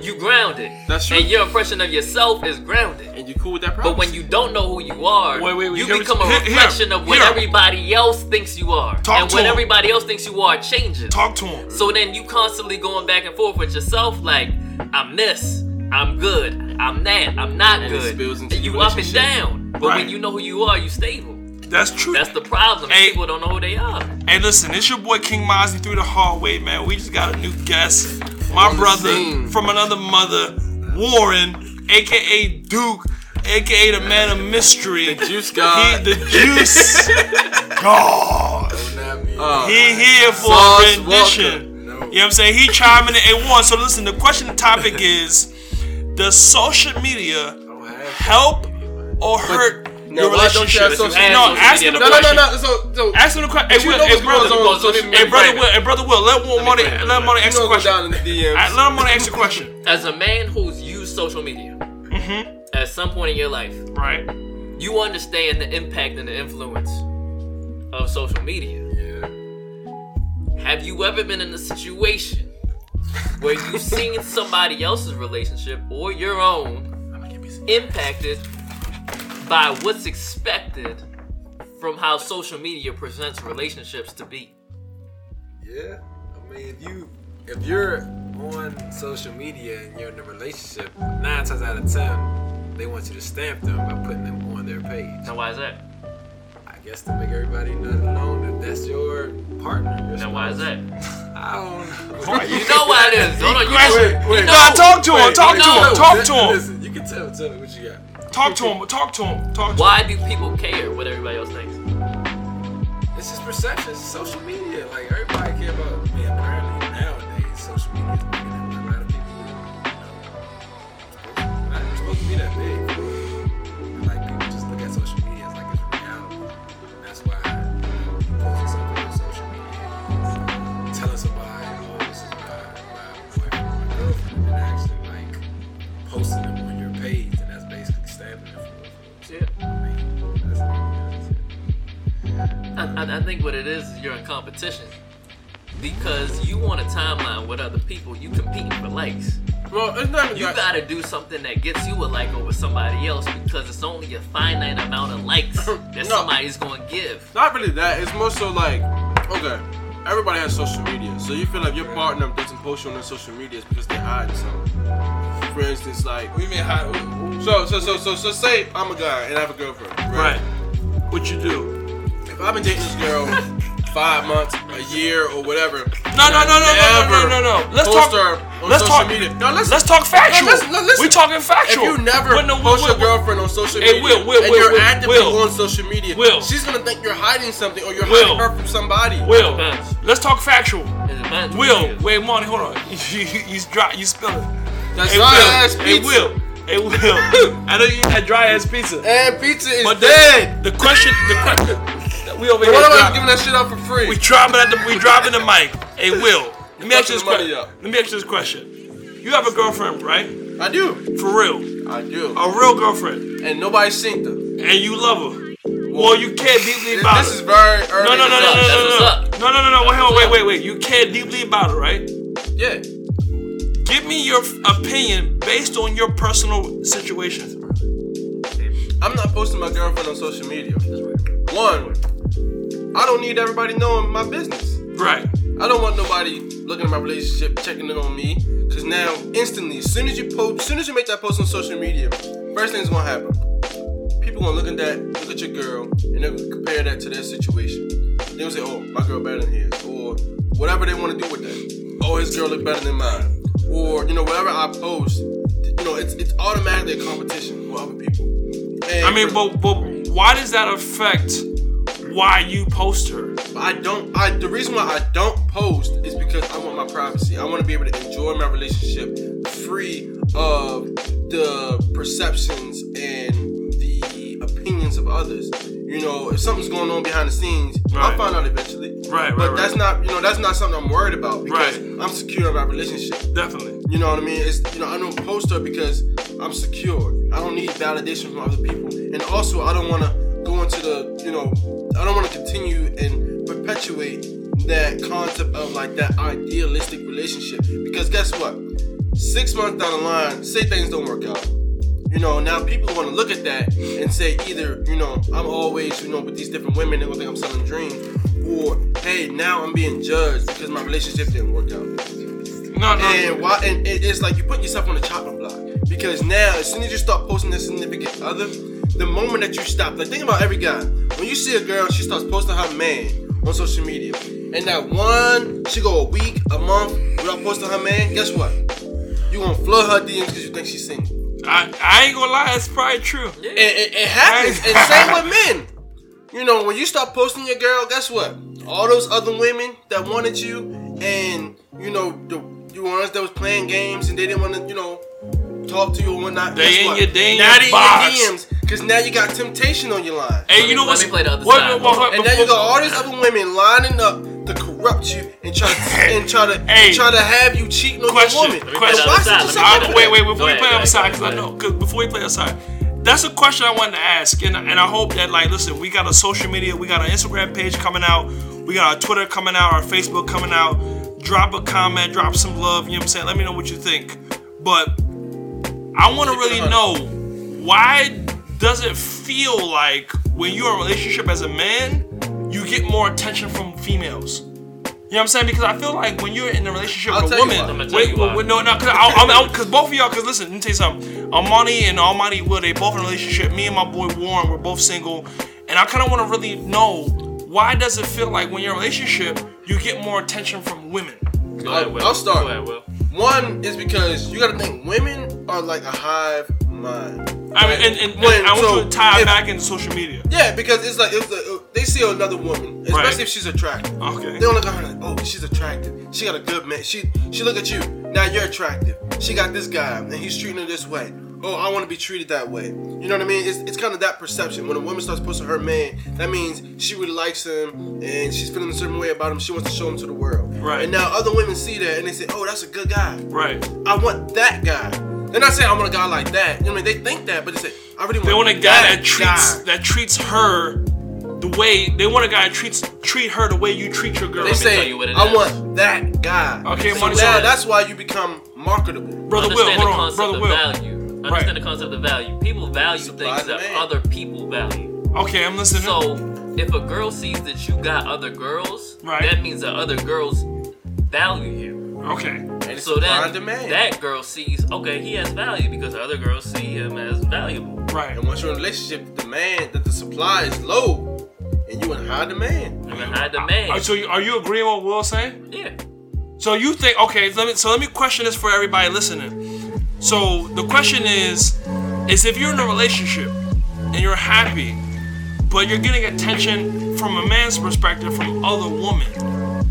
Speaker 1: you grounded.
Speaker 3: That's true.
Speaker 1: And your impression of yourself is grounded.
Speaker 3: and you cool with that problem.
Speaker 1: But when you don't know who you are,
Speaker 2: Wait, wait, wait,
Speaker 1: you
Speaker 2: here we-
Speaker 1: become a
Speaker 2: here- here,
Speaker 1: reflection of what
Speaker 2: here.
Speaker 1: everybody else thinks you are.
Speaker 2: Talk
Speaker 1: and
Speaker 2: to
Speaker 1: what
Speaker 2: him.
Speaker 1: everybody else thinks you are changes.
Speaker 2: Talk to him.
Speaker 1: So then you constantly going back and forth with yourself, like, I'm this, I'm good, I'm that, I'm not
Speaker 3: And it
Speaker 1: good.
Speaker 3: spills into
Speaker 1: you
Speaker 3: your
Speaker 1: up and
Speaker 3: relationship.
Speaker 1: down. But
Speaker 2: Right.
Speaker 1: when you know who you are, you stable.
Speaker 2: That's true.
Speaker 1: That's the problem.
Speaker 2: Hey.
Speaker 1: People don't know who they are.
Speaker 2: Hey, listen, it's your boy King Mozzie through the hallway, man. We just got a new guest, my
Speaker 3: the
Speaker 2: brother
Speaker 3: scene.
Speaker 2: from another mother, Warren, aka Duke, aka the man of mystery.
Speaker 3: The Juice God. [LAUGHS]
Speaker 2: He, the juice god.
Speaker 3: Uh,
Speaker 2: He here for
Speaker 3: Sauce
Speaker 2: a rendition.
Speaker 3: Walker.
Speaker 2: You know what I'm saying? He chiming in at one. So listen, the question, the
Speaker 3: [LAUGHS]
Speaker 2: topic is: Does social media help or hurt
Speaker 3: Oh, no,
Speaker 2: your
Speaker 3: why don't you
Speaker 2: relationship?
Speaker 3: have social
Speaker 1: media?
Speaker 2: no, ask him the
Speaker 1: No,
Speaker 3: no, no, no,
Speaker 2: question.
Speaker 3: no. So, so
Speaker 2: Ask him the question. Hey,
Speaker 3: you
Speaker 2: Will,
Speaker 3: know
Speaker 2: hey,
Speaker 3: what's
Speaker 2: brother,
Speaker 3: going on with social
Speaker 2: hey,
Speaker 3: media.
Speaker 2: brother,
Speaker 1: Right.
Speaker 2: Will, hey, brother, Will, let one money,
Speaker 1: grab it.
Speaker 2: let money
Speaker 3: you
Speaker 2: ask a
Speaker 3: know what's
Speaker 2: question.
Speaker 3: down in the DMs.
Speaker 2: Alright, let him money ask a question.
Speaker 1: As a man who's used social media,
Speaker 6: Mm-hmm.
Speaker 1: at some point in your life,
Speaker 2: Right.
Speaker 1: you understand the impact and the influence of social media. Have you ever been in a situation where
Speaker 6: [LAUGHS]
Speaker 1: you've seen somebody else's relationship or your own impacted by what's expected from how social media presents relationships to be?
Speaker 6: Yeah, I mean, if you if you're on social media and you're in a relationship, nine times out of ten, they want you to stamp them by putting them on their page.
Speaker 1: Now, why is that?
Speaker 6: I guess to make everybody not alone that that's your partner. your
Speaker 1: Now, why is
Speaker 6: spouse.
Speaker 1: that?
Speaker 6: I don't know. [LAUGHS]
Speaker 1: You know why it is. Hold on, you know-
Speaker 2: Question.
Speaker 6: wait,
Speaker 1: you
Speaker 2: Nah,
Speaker 1: know
Speaker 2: talk to him.
Speaker 6: Wait,
Speaker 2: Talk
Speaker 6: wait,
Speaker 2: to
Speaker 1: no.
Speaker 2: him. Talk to
Speaker 6: Listen,
Speaker 2: him.
Speaker 6: Listen, you can tell. Tell me what you got.
Speaker 2: Talk to him. Talk to him. Talk to him.
Speaker 1: why do people care what everybody else thinks?
Speaker 6: It's just perception. It's social media. Like everybody care about. I mean, apparently nowadays social media is bigger than a lot of people. you know, Not even supposed to be that big. Like people just look at social media as like it's reality. And that's why you know, posting something on social media, telling somebody, oh, this is my, my boyfriend, or my girlfriend, and actually like posting them on your page, and that's basically stabbing them for.
Speaker 1: Yeah.
Speaker 6: I mean, that's, that's it.
Speaker 1: I, I, I think what it is is you're in competition because you want a timeline with other people. You competing for likes.
Speaker 3: well, it's not even
Speaker 1: You
Speaker 3: that-
Speaker 1: gotta do something that gets you a like over somebody else because it's only a finite amount of likes that
Speaker 3: No.
Speaker 1: somebody's gonna give.
Speaker 3: not really that. It's more so like, okay, everybody has social media, so you feel like your partner doesn't post you on their social media is because they hide something. For instance, like,
Speaker 6: We mean how?
Speaker 3: so, so, so, so, so, say I'm a guy and I have a girlfriend,
Speaker 2: Right. What you do?
Speaker 3: If I've been dating this girl [LAUGHS] five months, a year, or whatever,
Speaker 2: No, no, no, no, no, no, no, no, no. Let's
Speaker 3: post
Speaker 2: talk.
Speaker 3: her on
Speaker 2: Let's
Speaker 3: social
Speaker 2: talk.
Speaker 3: media. No, let's
Speaker 2: Let's talk factual.
Speaker 3: No, listen, no, listen.
Speaker 2: We talking
Speaker 3: If
Speaker 2: factual.
Speaker 3: you never
Speaker 2: But no,
Speaker 3: post
Speaker 2: Will,
Speaker 3: your
Speaker 2: Will,
Speaker 3: girlfriend on social
Speaker 2: Hey,
Speaker 3: media,
Speaker 2: Will, Will,
Speaker 3: and
Speaker 2: Will,
Speaker 3: you're
Speaker 2: Will,
Speaker 3: actively
Speaker 2: Will.
Speaker 3: on social media,
Speaker 2: Will.
Speaker 3: she's gonna think you're hiding something or you're
Speaker 2: Will.
Speaker 3: hiding her from somebody.
Speaker 2: Will, let's talk factual.
Speaker 1: It depends.
Speaker 2: Will, wait, Monty, hold on. [LAUGHS] You, you, you, dry, you spill it.
Speaker 3: That's
Speaker 2: Hey,
Speaker 3: dry
Speaker 2: Will.
Speaker 3: ass
Speaker 2: Hey,
Speaker 3: pizza.
Speaker 2: Will. Hey,
Speaker 3: [LAUGHS]
Speaker 2: Will. I know you had dry ass pizza.
Speaker 3: And pizza is
Speaker 2: But the,
Speaker 3: dead.
Speaker 2: the question, the question,
Speaker 3: we over here.
Speaker 6: Why am I
Speaker 3: dropping-
Speaker 6: giving that shit out for free?
Speaker 2: We dropping at the we dropping the mic. Hey Will, let me ask you this
Speaker 3: Fucking the money
Speaker 2: question.
Speaker 3: up.
Speaker 2: Let me ask you this question. You have a girlfriend, right?
Speaker 3: I do.
Speaker 2: For real,
Speaker 3: I do.
Speaker 2: a real girlfriend,
Speaker 3: And nobody synced her.
Speaker 2: and you love her. Well, you care deeply
Speaker 3: This,
Speaker 2: about
Speaker 3: this
Speaker 2: her.
Speaker 3: is very early.
Speaker 2: no, no, no, no,
Speaker 1: That's
Speaker 2: no,
Speaker 1: what's
Speaker 2: no, no,
Speaker 1: up.
Speaker 2: no, no, no, no. Wait, hold on, wait, wait, wait. You care deeply about her, right?
Speaker 3: Yeah.
Speaker 2: Give me your f- opinion based on your personal situation.
Speaker 3: I'm not posting my girlfriend on social media. One, I don't need everybody knowing my business.
Speaker 2: Right.
Speaker 3: I don't want nobody looking at my relationship, checking in on me. Cause now, instantly, as soon as you post, as soon as you make that post on social media, first thing's gonna happen. People gonna look at that, look at your girl, and they'll compare that to their situation. They'll say, "Oh, my girl better than his," or whatever they want to do with that. Oh, his girl look better than mine, or you know, whatever I post, you know, it's it's automatically a competition with other people. And
Speaker 2: I mean,
Speaker 3: for-
Speaker 2: but but why does that affect why you post her?
Speaker 3: I don't. I the reason why I don't post is because I want my privacy. I want to be able to enjoy my relationship free of the perceptions and the opinions of others. You know, if something's going on behind the scenes,
Speaker 2: Right.
Speaker 3: I'll find out eventually.
Speaker 2: Right, right,
Speaker 3: But
Speaker 2: right.
Speaker 3: that's not. You know, that's not something I'm worried about because
Speaker 2: Right.
Speaker 3: I'm secure in my relationship.
Speaker 2: Definitely.
Speaker 3: You know what I mean? It's you know I don't post her because I'm secure. I don't need validation from other people, and also I don't want to go into the you know I don't want to continue and perpetuate that concept of like that idealistic relationship because guess what? Six months down the line, say things don't work out. You know, now people want to look at that and say either, you know, I'm always, you know, with these different women, they're gonna think I'm selling dreams, or hey, now I'm being judged because my relationship didn't work out.
Speaker 2: No, no.
Speaker 3: And why? And it- it's like you putting yourself on the chopping block because now, as soon as you start posting this significant other, the moment that you stop, like think about every guy. When you see a girl, she starts posting her man on social media, and that one, she go a week, a month without posting her man. Guess what? You gonna flood her DMs because you think she's single.
Speaker 2: I, I ain't gonna lie, it's probably true.
Speaker 3: It, it, it happens. and same with men. You know, when you stop posting your girl, guess what? All those other women that wanted you, and you know the you ones that was playing games and they didn't want to, you know, talk to you or whatnot.
Speaker 2: They
Speaker 3: guess
Speaker 2: in
Speaker 3: what?
Speaker 2: your- they in
Speaker 3: now
Speaker 2: your
Speaker 3: they in
Speaker 2: box.
Speaker 3: DMs because now you got temptation on your line,
Speaker 2: Hey,
Speaker 1: Let
Speaker 2: you
Speaker 1: me-
Speaker 2: know
Speaker 1: let
Speaker 2: what's
Speaker 1: me play the other
Speaker 2: wait,
Speaker 1: side.
Speaker 2: wait, wait, wait,
Speaker 3: and now you
Speaker 2: wait,
Speaker 3: got all these other women lining up to corrupt you and try to and try to
Speaker 2: Hey.
Speaker 3: try to have you cheating on
Speaker 2: Question.
Speaker 3: your woman.
Speaker 2: Question.
Speaker 3: Why should you
Speaker 1: Let me play the
Speaker 2: Uh,
Speaker 3: say that?
Speaker 1: other
Speaker 2: wait, wait,
Speaker 1: Go
Speaker 2: before we
Speaker 1: ahead,
Speaker 2: play
Speaker 1: go
Speaker 2: other side,
Speaker 1: ahead,
Speaker 2: because
Speaker 1: go
Speaker 2: I know, cause before we play other side, that's a question I wanted to ask, and, and I hope that like, listen, we got a social media, we got an Instagram page coming out, we got our Twitter coming out, our Facebook coming out. Drop a comment, drop some love. You know what I'm saying? Let me know what you think. But I want to really know why does it feel like when you're in a relationship as a man, you get more attention from females? You know what I'm saying? Because I feel like when you're in a relationship
Speaker 3: I'll
Speaker 2: with a
Speaker 3: tell you
Speaker 2: woman,
Speaker 3: why. I'm
Speaker 1: gonna tell
Speaker 2: wait,
Speaker 1: you
Speaker 2: wait,
Speaker 1: why.
Speaker 2: wait, no, no, because I'm, I'm, because both of y'all, because listen, let me tell you something. Armani and Almighty Will, they both in a relationship. Me and my boy Warren, we're both single, and I kind of want to really know why does it feel like when you're in a relationship, you get more attention from women?
Speaker 1: Go ahead,
Speaker 3: I'll-
Speaker 1: Will.
Speaker 3: I'll start.
Speaker 1: Go ahead, Will.
Speaker 3: One is because you gotta think women are like a hive mind.
Speaker 2: I mean, and, and,
Speaker 3: When-
Speaker 2: I want
Speaker 3: so
Speaker 2: you to tie it
Speaker 3: if-
Speaker 2: back into social media.
Speaker 3: Yeah, because it's like, it's like they see another woman, especially
Speaker 2: Right.
Speaker 3: if she's attractive.
Speaker 2: Okay.
Speaker 3: They don't look at her like, oh, she's attractive. She got a good man. She she look at you. Now you're attractive. She got this guy and he's treating her this way. Oh, I want to be treated that way. You know what I mean? It's, it's kind of that perception. When a woman starts posting her man, that means she really likes him and she's feeling a certain way about him. She wants to show him to the world.
Speaker 2: Right.
Speaker 3: And now other women see that and they say, oh, that's a good guy.
Speaker 2: Right.
Speaker 3: I want that guy. They're not saying I want a guy like that. You know, what I mean, they think that, but they say I really want.
Speaker 2: They want a guy that
Speaker 3: guy."
Speaker 2: treats that treats her the way they want a guy that treats treat her the way you treat your girl.
Speaker 3: They
Speaker 1: tell
Speaker 3: say
Speaker 1: you what it
Speaker 3: I
Speaker 1: is.
Speaker 3: want that guy.
Speaker 2: Okay,
Speaker 3: so
Speaker 2: money
Speaker 3: now
Speaker 2: shot.
Speaker 3: that's why you become marketable.
Speaker 2: brother Will,
Speaker 1: Understand the
Speaker 2: hold on,
Speaker 1: concept
Speaker 2: brother
Speaker 1: of
Speaker 2: Will.
Speaker 1: value. Understand
Speaker 2: Right.
Speaker 1: the concept of value. People value
Speaker 3: Supply
Speaker 1: things
Speaker 3: and
Speaker 1: that
Speaker 3: demand.
Speaker 1: other people value.
Speaker 2: Okay, I'm listening.
Speaker 1: So if a girl sees that you got other girls,
Speaker 2: Right.
Speaker 1: that means that other girls value you.
Speaker 2: okay,
Speaker 3: And it's
Speaker 1: so
Speaker 3: supply
Speaker 1: that
Speaker 3: and demand.
Speaker 1: that girl sees, okay, he has value because other girls see him as valuable.
Speaker 2: right.
Speaker 3: and once you're in a relationship, the demand that the supply is low, and you in high demand.
Speaker 1: And in high demand.
Speaker 2: Are- so you, are you agreeing with what Will saying?
Speaker 1: yeah.
Speaker 2: So you think okay? Let me so let me question this for everybody listening. So the question is, is if you're in a relationship and you're happy, but you're getting attention from a man's perspective from other women,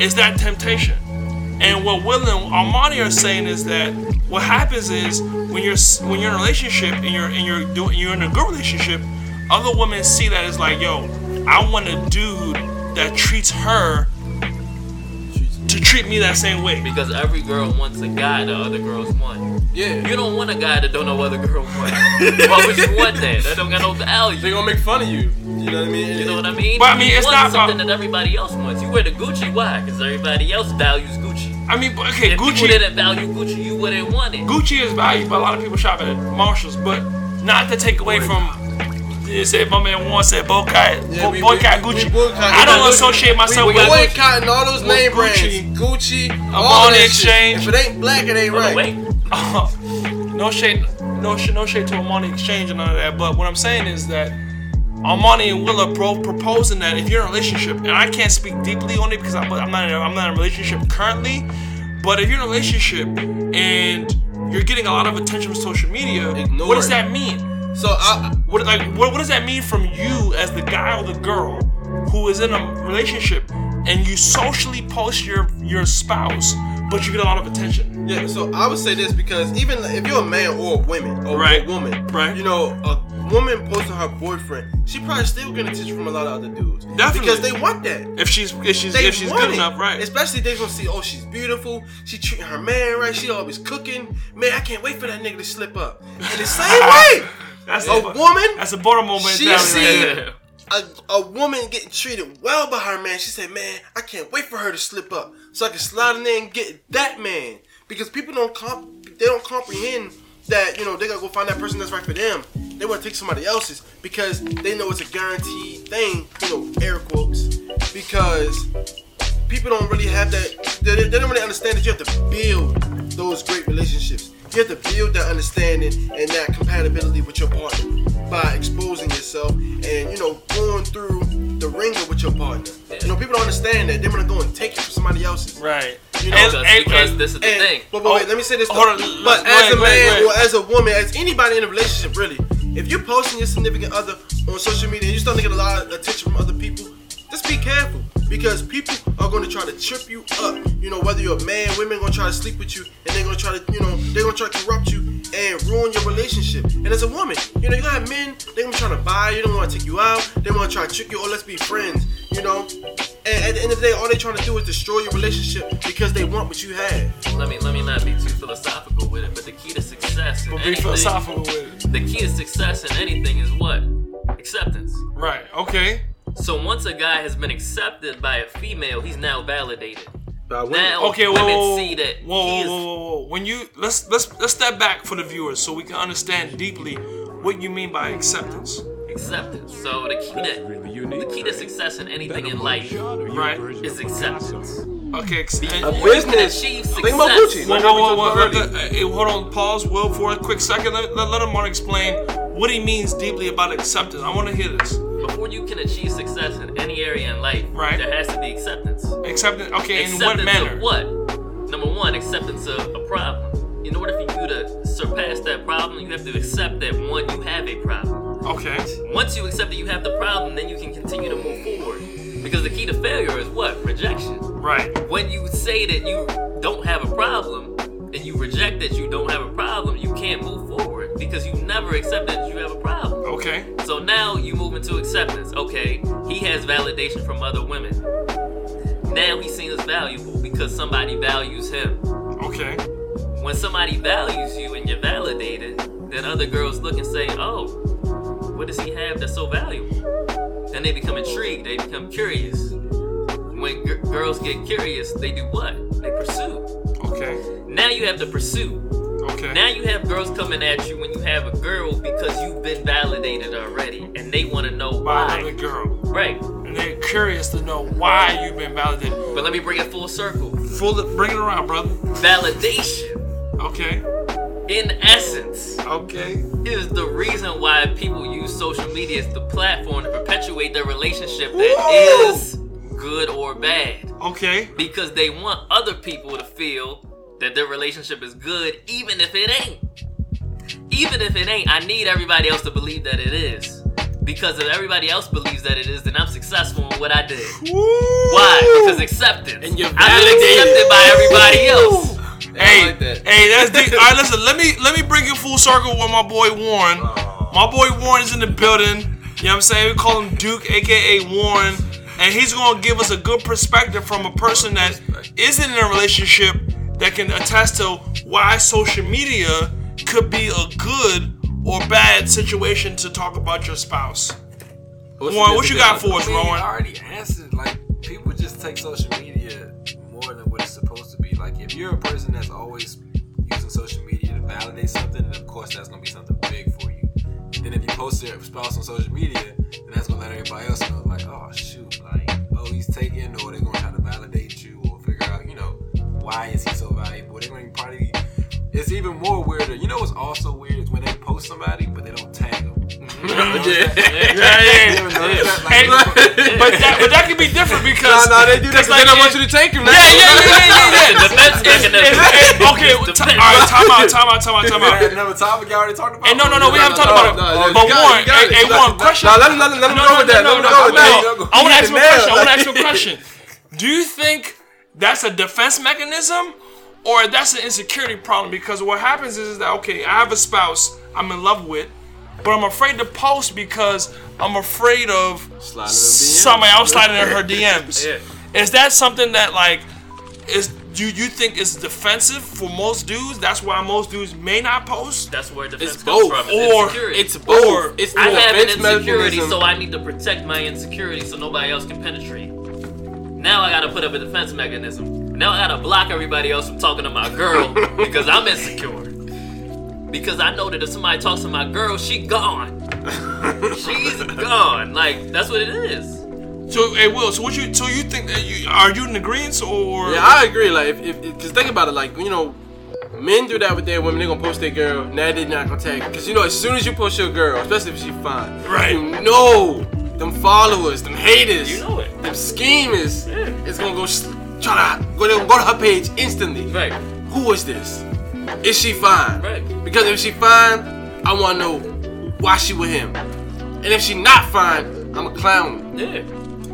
Speaker 2: is that temptation? And what Will and Armani are saying is that what happens is when you're s- when you're in a relationship and you're and you're doing you're in a good relationship, other women see that as like, yo, I want a dude that treats her to treat me that same way.
Speaker 1: Because every girl wants a guy that other girls want.
Speaker 3: Yeah.
Speaker 1: You don't want a guy that don't know what other girl
Speaker 2: [LAUGHS]
Speaker 1: want. Why would you want that? That don't got no
Speaker 3: They're
Speaker 1: value.
Speaker 3: gonna make fun of you. You know what I mean?
Speaker 1: You know what I mean?
Speaker 2: But I mean,
Speaker 1: you
Speaker 2: it's
Speaker 1: want
Speaker 2: not
Speaker 1: something
Speaker 2: about-
Speaker 1: that everybody else wants. You wear the Gucci, why? Because everybody else values Gucci.
Speaker 2: I mean, but- okay,
Speaker 1: if people
Speaker 2: Gucci.
Speaker 1: didn't value Gucci, you wouldn't want it.
Speaker 2: Gucci is valued by a lot of people shopping at Marshalls, but not to take away from. You said my man Warren said boycott,
Speaker 3: Yeah, we-
Speaker 2: boycott
Speaker 3: we- we
Speaker 2: Gucci.
Speaker 3: boycott-
Speaker 2: I don't
Speaker 3: we-
Speaker 2: associate myself
Speaker 3: We
Speaker 2: with.
Speaker 3: boycotting all those name
Speaker 2: Gucci.
Speaker 3: brands. Gucci, all
Speaker 2: on
Speaker 3: that
Speaker 2: the exchange.
Speaker 3: exchange. Shit. If it ain't black, it ain't
Speaker 1: But
Speaker 3: right.
Speaker 1: wait,
Speaker 2: [LAUGHS] no shade, no shade, no shade to Armani Exchange and none of that. But what I'm saying is that Armani and Willa both proposing that if you're in a relationship, and I can't speak deeply on it because I'm, I'm not, in a, I'm not in a relationship currently. But if you're in a relationship and you're getting a lot of attention from social media,
Speaker 3: Ignore
Speaker 2: what does
Speaker 3: it.
Speaker 2: that mean?
Speaker 3: So I,
Speaker 2: What like what, what does that mean from you as the guy or the girl who is in a relationship and you socially post your your spouse, but you get a lot of attention?
Speaker 3: Yeah, so I would say this because even if you're a man or a woman or
Speaker 2: Right.
Speaker 3: a woman,
Speaker 2: Right.
Speaker 3: you know, a woman posting her boyfriend, she probably still getting attention from a lot of other dudes.
Speaker 2: Definitely.
Speaker 3: Because they want that.
Speaker 2: If she's if she's
Speaker 3: They
Speaker 2: if she's
Speaker 3: want
Speaker 2: good
Speaker 3: it.
Speaker 2: enough, right?
Speaker 3: Especially they gonna see, oh, she's beautiful. She treating her man right. She always cooking. Man, I can't wait for that nigga to slip up. And
Speaker 2: [LAUGHS]
Speaker 3: the same way,
Speaker 2: That's
Speaker 3: a woman,
Speaker 2: That's a Baltimore
Speaker 3: She
Speaker 2: mentality.
Speaker 3: see-
Speaker 2: right there.
Speaker 3: a, a woman getting treated well by her man, she said, Man, I can't wait for her to slip up so I can slide in there and get that man. Because people don't comp- they don't comprehend that, you know, they gotta go find that person that's right for them. They wanna take somebody else's because they know it's a guaranteed thing, you know, air quotes. Because people don't really have that they, they don't really understand that you have to build those great relationships you have to build that understanding and that compatibility with your partner by exposing yourself and you know going through the ringer with your partner you know people don't understand that they're gonna go and take it from somebody else's
Speaker 2: Right.
Speaker 3: You know,
Speaker 2: And-
Speaker 1: because,
Speaker 2: and-
Speaker 1: because
Speaker 2: and-
Speaker 1: this is the
Speaker 3: and,
Speaker 1: thing.
Speaker 3: But, but wait, let me say this.
Speaker 2: Oh, Hold
Speaker 3: though.
Speaker 2: on,
Speaker 3: but
Speaker 2: let's-
Speaker 3: as a
Speaker 2: wait, wait,
Speaker 3: man
Speaker 2: wait.
Speaker 3: or as a woman, as anybody in a relationship, really, if you're posting your significant other on social media and you're starting to get a lot of attention from other people, just be careful because people are going to try to trip you up. You know, whether you're a man, women going to try to sleep with you, and they're going to try to, you know, they're going to try to corrupt you and ruin your relationship. And as a woman, you know, you got men, they're going to try to buy you, they want to take you out, they want to try to trick you, or let's be friends. You know, and at the end of the day, all they're trying to do is destroy your relationship because they want what you have.
Speaker 1: Let me let me not be too philosophical with it, but the key to success in
Speaker 2: But be
Speaker 1: anything,
Speaker 2: philosophical with it.
Speaker 1: the key to success in anything is what? Acceptance.
Speaker 2: Right. Okay.
Speaker 1: So once a guy has been accepted by a female, he's now validated. Now
Speaker 3: Oh,
Speaker 2: Okay. Whoa.
Speaker 1: women
Speaker 2: whoa,
Speaker 1: see that
Speaker 2: whoa,
Speaker 1: he
Speaker 2: whoa,
Speaker 1: is
Speaker 2: whoa, whoa, whoa. When you let's let's let's step back for the viewers so we can understand deeply what you mean by acceptance.
Speaker 1: acceptance. So the key to the key to success in anything in life
Speaker 2: Right.
Speaker 1: is acceptance.
Speaker 2: Okay. ex- and-
Speaker 1: Or you
Speaker 3: business.
Speaker 1: can achieve
Speaker 3: Think about
Speaker 1: success.
Speaker 3: Gucci.
Speaker 2: Whoa,
Speaker 3: Like
Speaker 2: whoa,
Speaker 3: how we
Speaker 2: whoa,
Speaker 3: talked
Speaker 2: whoa,
Speaker 3: about
Speaker 2: let- let- hey, hold on, pause, Will, for a quick second. Let, let, let him want to explain what he means deeply about acceptance. I want to hear this.
Speaker 1: Before you can achieve success in any area in life,
Speaker 2: Right.
Speaker 1: there has to be acceptance.
Speaker 2: Acceptance, okay, in
Speaker 1: acceptance
Speaker 2: what manner?
Speaker 1: of what? Number one, acceptance of a problem. In order for you to surpass that problem, you have to accept that one, you have a problem.
Speaker 2: Okay,
Speaker 1: Once you accept that you have the problem, then you can continue to move forward. Because the key to failure is what? Rejection.
Speaker 2: right.
Speaker 1: When you say that you don't have a problem and you reject that you don't have a problem, you can't move forward because you never accepted that you have a problem.
Speaker 2: Okay,
Speaker 1: So now you move into acceptance. Okay, he has validation from other women. Now he's seen as valuable because somebody values him.
Speaker 2: okay.
Speaker 1: When somebody values you and you're validated, then other girls look and say, Oh, what does he have that's so valuable? Then they become intrigued, they become curious. When gir- girls get curious, they do what? They pursue.
Speaker 2: Okay,
Speaker 1: Now you have to pursue.
Speaker 2: okay.
Speaker 1: Now you have girls coming at you when you have a girl because you've been validated already and they want to know
Speaker 2: By
Speaker 1: why.
Speaker 2: another girl.
Speaker 1: Right.
Speaker 2: And they're curious to know why you've been validated.
Speaker 1: But let me bring it full circle.
Speaker 2: Full, bring it around, brother.
Speaker 1: Validation,
Speaker 2: Okay,
Speaker 1: in essence,
Speaker 2: okay.
Speaker 1: is the reason why people use social media as the platform to perpetuate their relationship
Speaker 2: Whoa!
Speaker 1: that is good or bad.
Speaker 2: Okay,
Speaker 1: Because they want other people to feel that their relationship is good, even if it ain't. Even if it ain't, I need everybody else to believe that it is. Because if everybody else believes that it is, then I'm successful in what I did. Why? Because acceptance.
Speaker 3: And you're
Speaker 1: I've been accepted by everybody else.
Speaker 2: Hey,
Speaker 3: like that.
Speaker 2: hey, that's deep. All right, listen. Let me let me bring you full circle with my boy Warren. My boy Warren is in the building. You know what I'm saying? We call him Duke, aka Warren, and he's gonna give us a good perspective from a person that isn't in a relationship that can attest to why social media could be a good or bad situation to talk about your spouse. Warren, what you got for us,
Speaker 7: I mean, I
Speaker 2: Rowan?
Speaker 7: already answered. Like people just take social media more than what it's supposed to be. Like if you're a person that's always using social media to validate something, then of course that's gonna be something big for you. Then if you post your spouse on social media, then that's gonna let everybody else know. Like oh shoot, like oh he's taking, or they're gonna try to validate you or figure out you know why is he so valuable. They're gonna probably. It's even more weirder. You know what's also weird is when they post somebody but they don't tag them. [LAUGHS]
Speaker 2: [LAUGHS] Yeah, yeah. And- [LAUGHS]
Speaker 6: [LAUGHS]
Speaker 2: but that but that can be different because
Speaker 6: No, they do that 'cause
Speaker 2: like
Speaker 6: they don't
Speaker 2: it-
Speaker 6: want you to take him.
Speaker 2: yeah, yeah, yeah, yeah, [LAUGHS] yeah, yeah.
Speaker 8: Defense
Speaker 2: And-
Speaker 8: mechanism.
Speaker 2: and- okay, well, ti- all right, time out, time out, time out, time out.
Speaker 7: Another topic y'all already talked about.
Speaker 2: And no, no, no, we haven't talked about it.
Speaker 6: no,
Speaker 2: but
Speaker 6: you got it,
Speaker 2: Warren,
Speaker 6: you got
Speaker 2: hey,
Speaker 6: it.
Speaker 2: hey, Warren, question.
Speaker 6: Nah, let him, let him, let him
Speaker 2: No,
Speaker 6: go
Speaker 2: no,
Speaker 6: with that.
Speaker 2: no,
Speaker 6: let him
Speaker 2: no,
Speaker 6: go with
Speaker 2: no.
Speaker 6: that.
Speaker 2: I want to ask you a
Speaker 6: Yeah,
Speaker 2: question. I want to
Speaker 6: like-
Speaker 2: ask you a question. Do you think that's a defense mechanism or that's an insecurity problem? Because what happens is that, okay, I have a spouse I'm in love with, but I'm afraid to post because I'm afraid of
Speaker 6: Slide
Speaker 2: somebody else sliding in her DMs. Is that something that, like, is do you think is defensive for most dudes? That's why most dudes may not post?
Speaker 1: That's where defense
Speaker 6: It's
Speaker 1: comes
Speaker 6: both.
Speaker 1: from. is
Speaker 2: Or
Speaker 1: insecurity.
Speaker 6: It's both. It's
Speaker 1: I have an
Speaker 6: defense
Speaker 1: insecurity,
Speaker 6: mechanism.
Speaker 1: so I need to protect my insecurity so nobody else can penetrate. Now I gotta put up a defense mechanism. Now I gotta block everybody else from talking to my girl because I'm insecure. Because I know that if somebody talks to my girl, she
Speaker 6: [LAUGHS]
Speaker 1: gone. She's gone. Like that's what it is.
Speaker 2: So, hey, Will, so what you, so you think, that you, are you in agreement or?
Speaker 6: [LAUGHS] Yeah, I agree. Like, if, if, if- cause think about it. Like, you know, men do that with their women. They gonna post their girl. Now they not gonna tag. her. Cause you know, as soon as you post your girl, especially if she fine,
Speaker 2: Right.
Speaker 6: You know, them followers, them haters,
Speaker 1: You know it.
Speaker 6: them schemers,
Speaker 1: Yeah.
Speaker 6: it's gonna go s- try to go to, go to her page instantly.
Speaker 1: Right.
Speaker 6: Who is this? Is she fine?
Speaker 1: Right.
Speaker 6: Because if she fine, I wanna know why she with him. And if she not fine, I'm a clown.
Speaker 1: Yeah.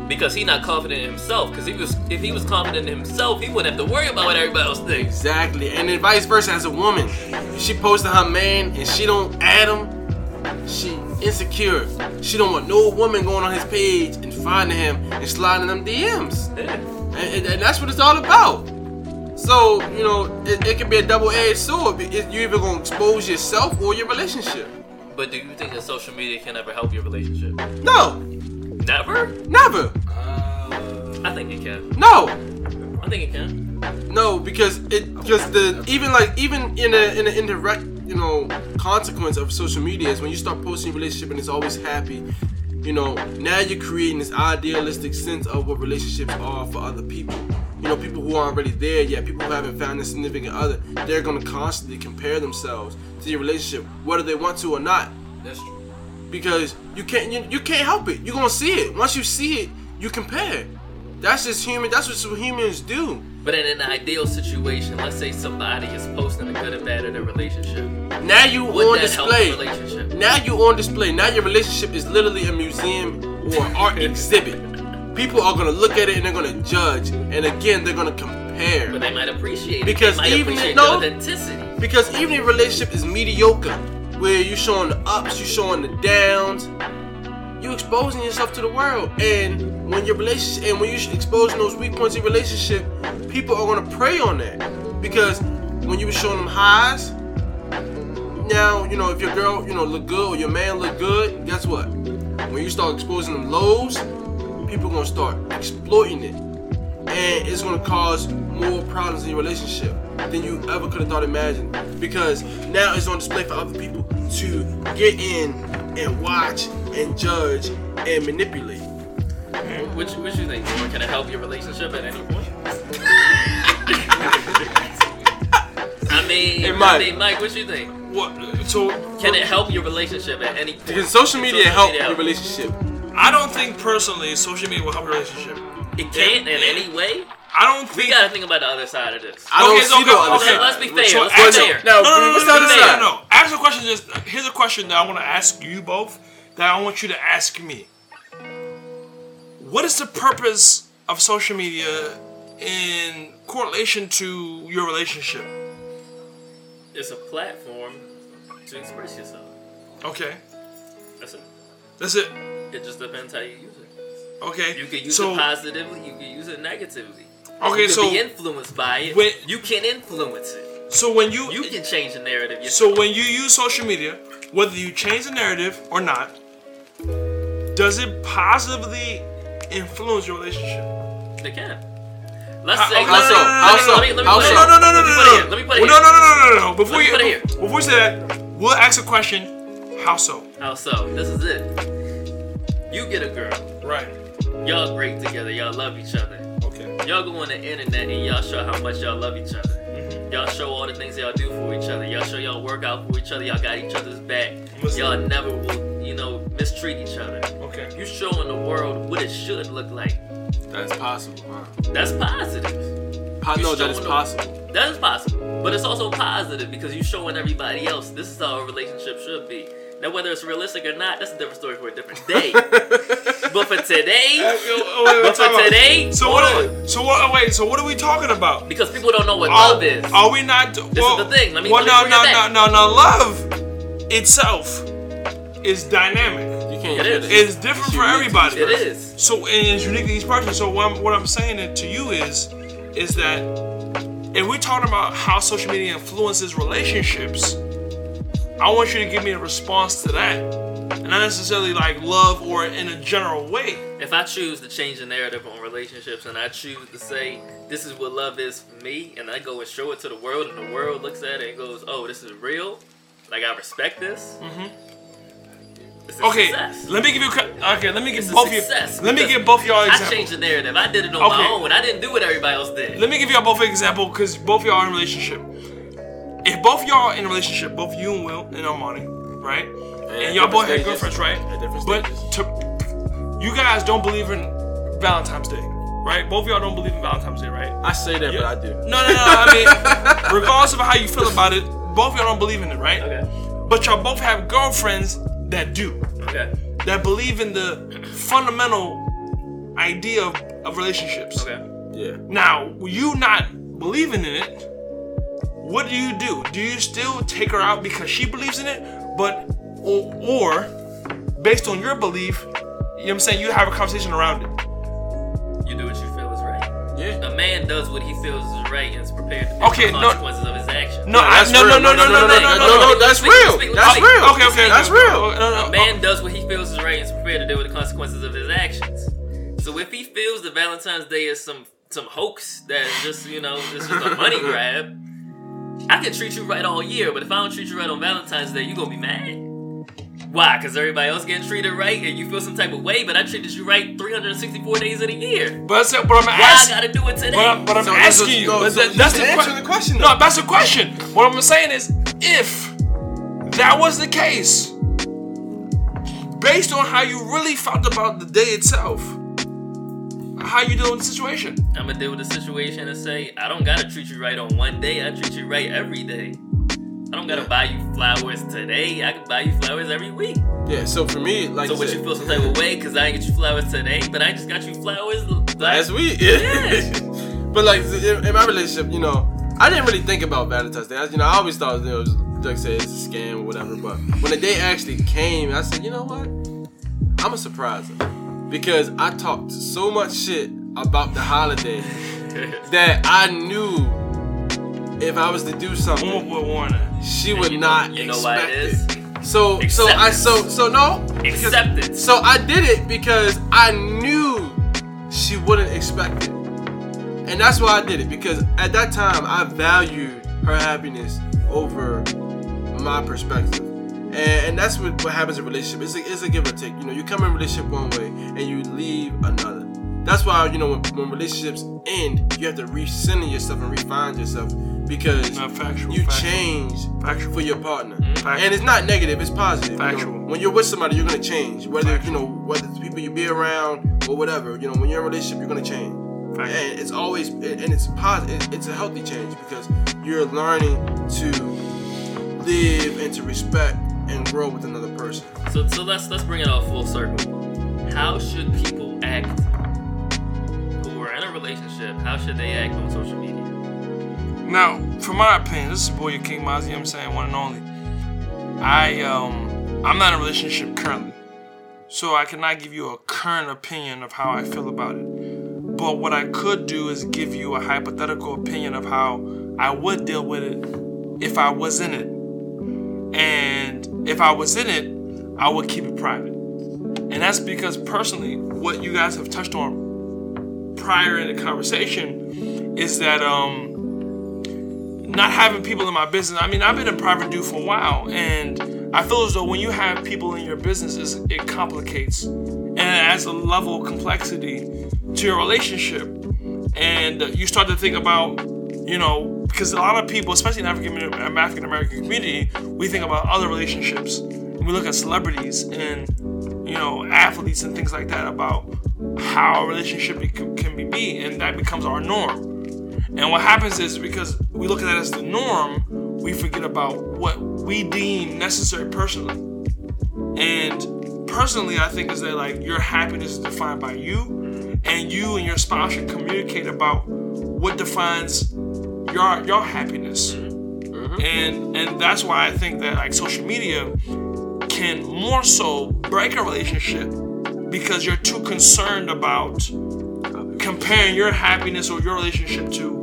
Speaker 1: Because he not confident in himself. Because he was, if he was confident in himself, he wouldn't have to worry about what everybody else thinks.
Speaker 6: Exactly, and then vice versa. As a woman, if she posted her man and she don't add him, she insecure. She don't want no woman going on his page and finding him and sliding them DMs,
Speaker 1: Yeah.
Speaker 6: and, and- and that's what it's all about. So you know, it, it can be a double-edged sword. It- you either gonna expose yourself or your relationship.
Speaker 1: But do you think that social media can ever help your relationship?
Speaker 6: No,
Speaker 1: Never?
Speaker 6: never,
Speaker 1: I think it can.
Speaker 6: no.
Speaker 1: I think it can.
Speaker 6: No, because it because the even like even in a in an indirect you know consequence of social media is when you start posting your relationship and it's always happy, you know now you're creating this idealistic sense of what relationships are for other people. You know people who aren't already there yet, people who haven't found a significant other, they're gonna constantly compare themselves to your relationship, whether they want to or not
Speaker 7: That's true.
Speaker 6: because you can't you, you can't help it. You're gonna see it. Once you see it, you compare. That's just human. That's what humans do.
Speaker 1: But in an ideal situation, let's say somebody is posting the good and bad of their relationship.
Speaker 6: Now you
Speaker 1: Would
Speaker 6: on
Speaker 1: that help the
Speaker 6: display.
Speaker 1: relationship?
Speaker 6: Now you on display. Now your relationship is literally a museum or an art exhibit. People are gonna look at it and they're gonna judge. And again, they're gonna
Speaker 1: But
Speaker 6: compare.
Speaker 1: they might appreciate it.
Speaker 6: Because
Speaker 1: they might
Speaker 6: even
Speaker 1: appreciate
Speaker 6: if- no.
Speaker 1: the authenticity.
Speaker 6: Because even if a relationship is mediocre, where you showing the ups, you showing the downs, you exposing yourself to the world. And when your relationship and when you exposing those weak points in your relationship, people are gonna prey on that. Because when you were showing them highs, now you know if your girl you know look good or your man look good guess what when you start exposing them lows people gonna start exploiting it and it's gonna cause more problems in your relationship than you ever could have thought imagined because now it's on display for other people to get in and watch and judge and manipulate
Speaker 1: What you, what you think, Lauren? Can it help your relationship at any
Speaker 6: [LAUGHS]
Speaker 1: point? I mean,
Speaker 6: Hey, Mike.
Speaker 1: I mean, Mike, what you think?
Speaker 2: What, so
Speaker 1: Can it help your relationship at any point?
Speaker 6: can social
Speaker 1: Can
Speaker 6: media help your
Speaker 1: help?
Speaker 6: relationship
Speaker 2: I don't think personally social media will help a relationship.
Speaker 1: It can't in any way?
Speaker 2: I don't
Speaker 1: You
Speaker 2: think.
Speaker 1: gotta think about the other side of this.
Speaker 6: i don't
Speaker 2: Okay, so
Speaker 6: see no
Speaker 2: okay,
Speaker 6: other
Speaker 2: okay.
Speaker 6: side.
Speaker 1: Let's be fair.
Speaker 2: So
Speaker 1: let's be
Speaker 2: actually-
Speaker 1: fair.
Speaker 6: now
Speaker 2: No, no, no, no,
Speaker 6: what's
Speaker 2: no,
Speaker 6: the
Speaker 2: no,
Speaker 6: other
Speaker 2: no,
Speaker 6: side
Speaker 2: no, no. Ask a question. Just here's a question that I want to ask you both. That I want you to ask me. What is the purpose of social media in correlation to your relationship?
Speaker 1: It's a platform to express yourself.
Speaker 2: Okay.
Speaker 1: That's it.
Speaker 2: That's it.
Speaker 1: It just depends how you use it.
Speaker 2: Okay.
Speaker 1: You can use
Speaker 2: so,
Speaker 1: it positively. You can use it negatively.
Speaker 2: Okay,
Speaker 1: you can
Speaker 2: so
Speaker 1: be influenced by it.
Speaker 2: when-
Speaker 1: you can influence it.
Speaker 2: so when you,
Speaker 1: You can change the narrative. Yourself.
Speaker 2: so when you use social media, whether you change the narrative or not, does it positively influence your relationship?
Speaker 1: they can. Let's
Speaker 2: Uh,
Speaker 1: say.
Speaker 2: okay,
Speaker 1: let's
Speaker 2: no,
Speaker 1: say-
Speaker 2: no, no,
Speaker 1: let me-
Speaker 2: no,
Speaker 1: let me- let me
Speaker 6: no,
Speaker 1: put it-
Speaker 2: No, no,
Speaker 1: let me put
Speaker 2: no, no, no,
Speaker 1: it
Speaker 2: no.
Speaker 1: here, Let me put it
Speaker 2: Well,
Speaker 1: here.
Speaker 2: No, no, no, no, no, no. Before
Speaker 1: Let me
Speaker 2: you,
Speaker 1: put it here.
Speaker 2: before you say that, we'll ask a question. How so?
Speaker 1: Oh, so this is it. You get a girl.
Speaker 2: Right.
Speaker 1: Y'all great together. Y'all love each other.
Speaker 2: Okay.
Speaker 1: Y'all go on the internet and y'all show how much y'all love each
Speaker 2: Mm-hmm.
Speaker 1: other. Y'all show all the things y'all do for each other. Y'all show y'all work out for each other. Y'all got each other's back.
Speaker 2: Listen.
Speaker 1: Y'all never will, you know, mistreat each other.
Speaker 2: Okay.
Speaker 1: You showing the world what it should look like.
Speaker 6: That's possible. Huh?
Speaker 1: That's positive.
Speaker 6: Po-
Speaker 1: You
Speaker 6: no, that
Speaker 1: showing
Speaker 6: is
Speaker 1: the-
Speaker 6: possible.
Speaker 1: That is possible. But it's also positive because you're showing everybody else this is how a relationship should be. Now, whether it's realistic or not, that's a different story for a different day.
Speaker 2: [LAUGHS]
Speaker 1: but for today,
Speaker 2: oh,
Speaker 1: but for today,
Speaker 2: So
Speaker 1: hold
Speaker 2: what?
Speaker 1: on.
Speaker 2: So what? oh, Wait. So what are we talking about?
Speaker 1: Because people don't know what
Speaker 2: Are,
Speaker 1: love is.
Speaker 2: are we not? This well,
Speaker 1: the thing. Let me-
Speaker 2: well,
Speaker 1: let me bring
Speaker 2: no,
Speaker 1: it
Speaker 2: no,
Speaker 1: back.
Speaker 2: no, no, no. Love itself is dynamic.
Speaker 6: You can't
Speaker 1: It
Speaker 6: get
Speaker 1: is.
Speaker 6: it.
Speaker 2: It's different for
Speaker 6: unique to
Speaker 2: everybody.
Speaker 1: It is.
Speaker 2: So and it's unique to each person. So what I'm, what I'm saying it to you is, is that if we're talking about how social media influences relationships, I want you to give me a response to that, and not necessarily like love or in a general way.
Speaker 1: If I choose to change the narrative on relationships and I choose to say this is what love is for me, and I go and show it to the world, and the world looks at it and goes, "Oh, this is real. Like I respect this." It's a
Speaker 2: Mm-hmm. Okay,
Speaker 1: success.
Speaker 2: let me give you. cre- Okay, let me give
Speaker 1: It's a
Speaker 2: both of you.
Speaker 1: success.
Speaker 2: Let me
Speaker 1: because
Speaker 2: give both y'all
Speaker 1: I
Speaker 2: examples.
Speaker 1: changed the narrative. I did it on
Speaker 2: Okay.
Speaker 1: my own. I didn't do what everybody else did.
Speaker 2: Let me give y'all both an example because both y'all are in a relationship. If both y'all are in a relationship, both you and Will and Armani, right? and y'all
Speaker 6: different
Speaker 2: both had
Speaker 6: stages.
Speaker 2: girlfriends, right?
Speaker 6: At different
Speaker 2: But
Speaker 6: stages.
Speaker 2: to, you guys don't believe in Valentine's Day, right? Both y'all don't believe in Valentine's Day, right?
Speaker 6: I say that, but I do.
Speaker 2: No, no, no. I mean, [LAUGHS] regardless of how you feel about it, both y'all don't believe in it, right?
Speaker 1: Okay.
Speaker 2: But y'all both have girlfriends that do
Speaker 1: Okay.
Speaker 2: that believe in the fundamental idea of, of relationships.
Speaker 1: Okay.
Speaker 6: Yeah.
Speaker 2: Now, you not believing in it, what do you do? Do you still take her out because she believes in it? But or, or based on your belief, you know what I'm saying, you have a conversation around it.
Speaker 1: You do what you feel is right.
Speaker 6: Yeah.
Speaker 1: A man does what he feels is right and is prepared to face
Speaker 2: Okay,
Speaker 1: the
Speaker 2: no-
Speaker 1: consequences of his actions.
Speaker 2: No, I,
Speaker 6: that's
Speaker 2: no, no,
Speaker 6: real.
Speaker 2: no, no, no, no, no, no, no,
Speaker 6: no, that's
Speaker 1: Speak-
Speaker 6: real.
Speaker 1: speak-
Speaker 6: That's
Speaker 1: speak-
Speaker 6: real.
Speaker 2: Okay, okay,
Speaker 6: that's
Speaker 2: no,
Speaker 6: real.
Speaker 2: No, no,
Speaker 1: A man does what he feels is right and is prepared to deal with the consequences of his actions. So if he feels that Valentine's Day is some some hoax that is just you know it's just a
Speaker 6: [LAUGHS]
Speaker 1: money grab, I can treat you right all year. But if I don't treat you right on Valentine's Day, you gonna be mad. Why? Cause everybody else getting treated right, and you feel some type of way. But I treated you right 364 days of the year.
Speaker 2: But, I said- but I'm
Speaker 1: Why I
Speaker 2: asking.
Speaker 1: gotta do it today?
Speaker 2: But I'm, but I'm
Speaker 6: So that's
Speaker 2: asking
Speaker 6: what-
Speaker 2: you.
Speaker 6: no,
Speaker 2: but
Speaker 6: so
Speaker 2: that-
Speaker 6: you
Speaker 2: that's
Speaker 6: should
Speaker 2: the
Speaker 6: answer
Speaker 2: que-
Speaker 6: the question,
Speaker 2: No,
Speaker 6: though.
Speaker 2: that's the question. What I'm saying is, if that was the case, based on how you really felt about the day itself, how you dealing with the situation?
Speaker 1: I'm gonna deal with the situation and say, I don't gotta treat you right on one day, I treat you right every day. I don't gotta buy you flowers today, I can buy you flowers every week.
Speaker 6: Yeah. So for me, like
Speaker 1: So, would
Speaker 6: said,
Speaker 1: you feel some type of way because I didn't get you flowers today, but I just got you flowers last
Speaker 6: Last [LAUGHS] week.
Speaker 1: Yeah.
Speaker 6: but like in in my relationship, you know, I didn't really think about Valentine's Day. I, you know, I always thought you know, it was, like I said, it's a scam or whatever. But when the day actually came, I said, you know what? I'm a surpriser because I talked so much shit about
Speaker 1: [LAUGHS]
Speaker 6: the holiday that I knew if I was to do
Speaker 2: One
Speaker 6: something,
Speaker 2: more warning.
Speaker 6: she would
Speaker 1: You know-
Speaker 6: not
Speaker 1: you know why
Speaker 6: expect
Speaker 1: it
Speaker 6: it.
Speaker 1: is?
Speaker 6: So so I so
Speaker 1: Acceptance.
Speaker 6: so no. because-
Speaker 1: Acceptance.
Speaker 6: So I did it because I knew she wouldn't expect it, and that's why I did it because at that time I valued her happiness over my perspective. And, and that's what, what happens in relationship. It's a, it's a give and take. You know, you come in a relationship one way and you leave another. That's why, you know, when, when relationships end, you have to recenter yourself and refine yourself because
Speaker 2: No, factual,
Speaker 6: you
Speaker 2: factual.
Speaker 6: change
Speaker 2: Factual.
Speaker 6: for your partner.
Speaker 2: Factual.
Speaker 6: Mm-hmm. And it's not negative, it's positive. you know.
Speaker 2: Factual.
Speaker 6: when you're with somebody, you're gonna change. Whether
Speaker 2: Factual.
Speaker 6: you know, whether it's people you be around or whatever, you know, when you're in a relationship, you're gonna change.
Speaker 2: Factual.
Speaker 6: And it's always and it's positive. It's a healthy change because you're learning to live and to respect and grow with another person.
Speaker 1: So, so let's let's bring it all full circle. How should people act who are in a relationship? How should they act on social media?
Speaker 2: Now, for my opinion, this is your boy your King Mozzie, you know what I'm saying, one and only. I um I'm not in a relationship currently. so I cannot give you a current opinion of how I feel about it. But what I could do is give you a hypothetical opinion of how I would deal with it if I was in it. And if I was in it, I would keep it private. And that's because personally, what you guys have touched on prior in the conversation is that um, not having people in my business. I mean, I've been a private dude for a while, and I feel as though when you have people in your businesses, it complicates and it adds a level of complexity to your relationship. And you start to think about, you know, because a lot of people, especially in African African American community, we think about other relationships. We look at celebrities and you know athletes and things like that about how a relationship can can be, and that becomes our norm. And what happens is because we look at that as the norm, we forget about what we deem necessary personally. And personally, I think is that like your happiness is defined by you, and you and your spouse should communicate about what defines your your happiness. And and that's why I think that like social media can more so break a relationship because you're too concerned about comparing your happiness or your relationship to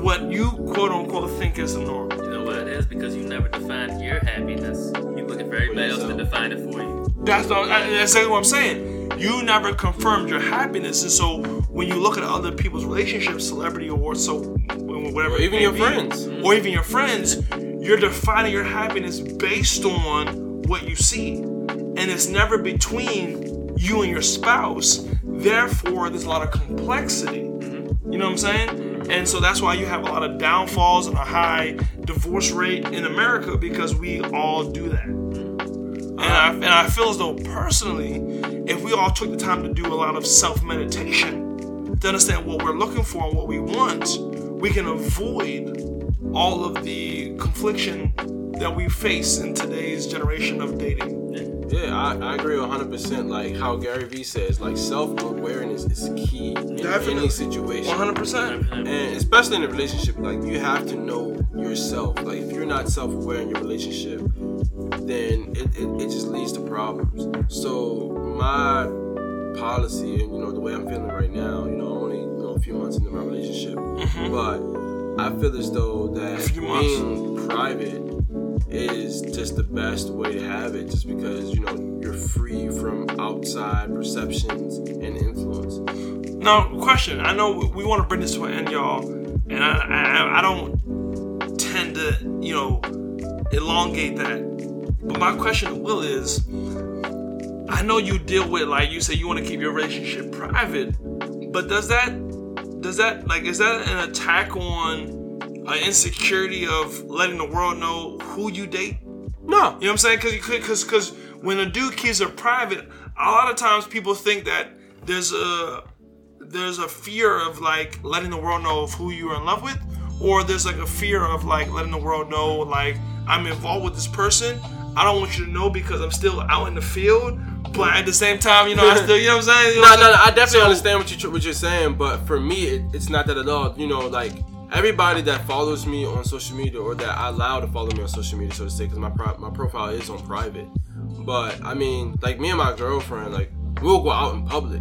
Speaker 2: what you quote unquote think is the norm.
Speaker 1: You know what it is? Because you never defined your happiness. You looking for everybody else to define it for you.
Speaker 2: That's not, I- that's exactly what I'm saying. You never confirmed your happiness, and so when you look at other people's relationships, celebrity or so, whatever,
Speaker 6: Or
Speaker 2: it
Speaker 6: even
Speaker 2: may
Speaker 6: your
Speaker 2: be,
Speaker 6: friends.
Speaker 2: or even your friends, you're defining your happiness based on what you see, and it's never between you and your spouse. Therefore, there's a lot of complexity.
Speaker 6: Mm-hmm.
Speaker 2: You know what I'm saying? And so that's why you have a lot of downfalls and a high divorce rate in America because we all do that. And I, and I feel as though personally, if we all took the time to do a lot of self meditation to understand what we're looking for and what we want, we can avoid all of the confliction that we face in today's generation of dating.
Speaker 6: Yeah, I, I agree 100%. Like how Gary Vee says, like self awareness is key in
Speaker 2: Definitely.
Speaker 6: any situation.
Speaker 2: 100%.
Speaker 6: And especially in a relationship, like you have to know yourself. Like if you're not self-aware in your relationship, then it, it, it just leads to problems. So my policy and you know the way I'm feeling right now, you know, I'm only you know, a few months into my relationship. But I feel as though that
Speaker 2: few months.
Speaker 6: being private is just the best way to have it just because you know you're free from outside perceptions and influence.
Speaker 2: Now, question. I know we want to bring this to an end, y'all, and I, I, I don't tend to, you know, elongate that. But my question to Will is, I know you deal with like you say you want to keep your relationship private, but does that, does that like is that an attack on an insecurity of letting the world know who you date?
Speaker 6: No.
Speaker 2: You know what I'm saying? Because because because when a dude keeps it private, a lot of times people think that there's a there's a fear of like letting the world know of who you're in love with, or there's like a fear of like letting the world know like I'm involved with this person. I don't want you to know because I'm still out in the field, but at the same time, you
Speaker 1: [LAUGHS]
Speaker 2: know, I still, you know what I'm saying? You know
Speaker 6: no,
Speaker 2: what I'm
Speaker 6: no, no.
Speaker 2: saying?
Speaker 6: I definitely
Speaker 2: So-
Speaker 6: understand what you what you're saying, but for me, it, it's not that at all. You know, like everybody that follows me on social media or that I allow to follow me on social media, so to say, because my pro- my profile is on private. But I mean, like me and my girlfriend, like we'll go out in public.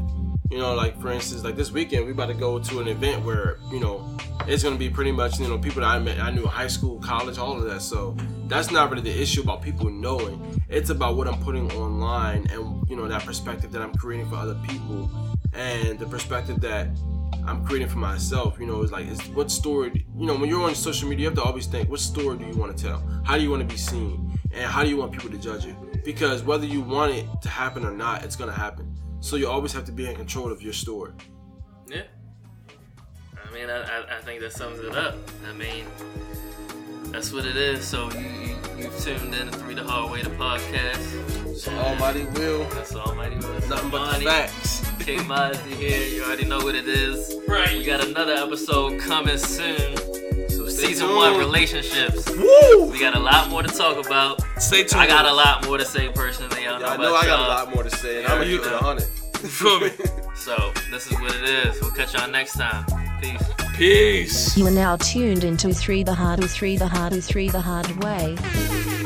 Speaker 6: You know, like for instance, like this weekend we about to go to an event where you know it's gonna be pretty much you know people that I met, I knew in high school, college, all of that. So that's not really the issue about people knowing. It's about what I'm putting online and you know that perspective that I'm creating for other people and the perspective that I'm creating for myself. You know, it's like, it's what story, you know, when you're on social media, you have to always think, what story do you want to tell? How do you want to be seen? And how do you want people to judge you? Because whether you want it to happen or not, it's going to happen. So you always have to be in control of your story.
Speaker 1: Yeah. I mean, I, I, I think that sums it up. I mean, that's what it is. So you, you, you've tuned in to Three the Hard Way, the podcast.
Speaker 6: Almighty will,
Speaker 1: That's Almighty. That's
Speaker 6: nothing but the
Speaker 1: Almighty.
Speaker 6: facts.
Speaker 1: King Mozzie here. You already know what it is.
Speaker 2: Right.
Speaker 1: We got another episode coming soon.
Speaker 6: So stay
Speaker 1: Season
Speaker 6: tuned.
Speaker 1: one relationships.
Speaker 2: Woo!
Speaker 1: We got a lot more to talk about.
Speaker 2: Stay tuned.
Speaker 1: I got a lot more to say personally. I don't
Speaker 6: Yeah, I
Speaker 1: know
Speaker 6: know
Speaker 1: about
Speaker 6: I got
Speaker 1: y'all.
Speaker 6: a lot more to say, and I'm going to
Speaker 2: you
Speaker 6: keep it
Speaker 2: know.
Speaker 6: 100.
Speaker 2: Feel me?
Speaker 1: So this is what it is. We'll catch y'all next time. Peace.
Speaker 2: Peace.
Speaker 4: You are now tuned into 3 the hard 3 the hard 3 the hard way.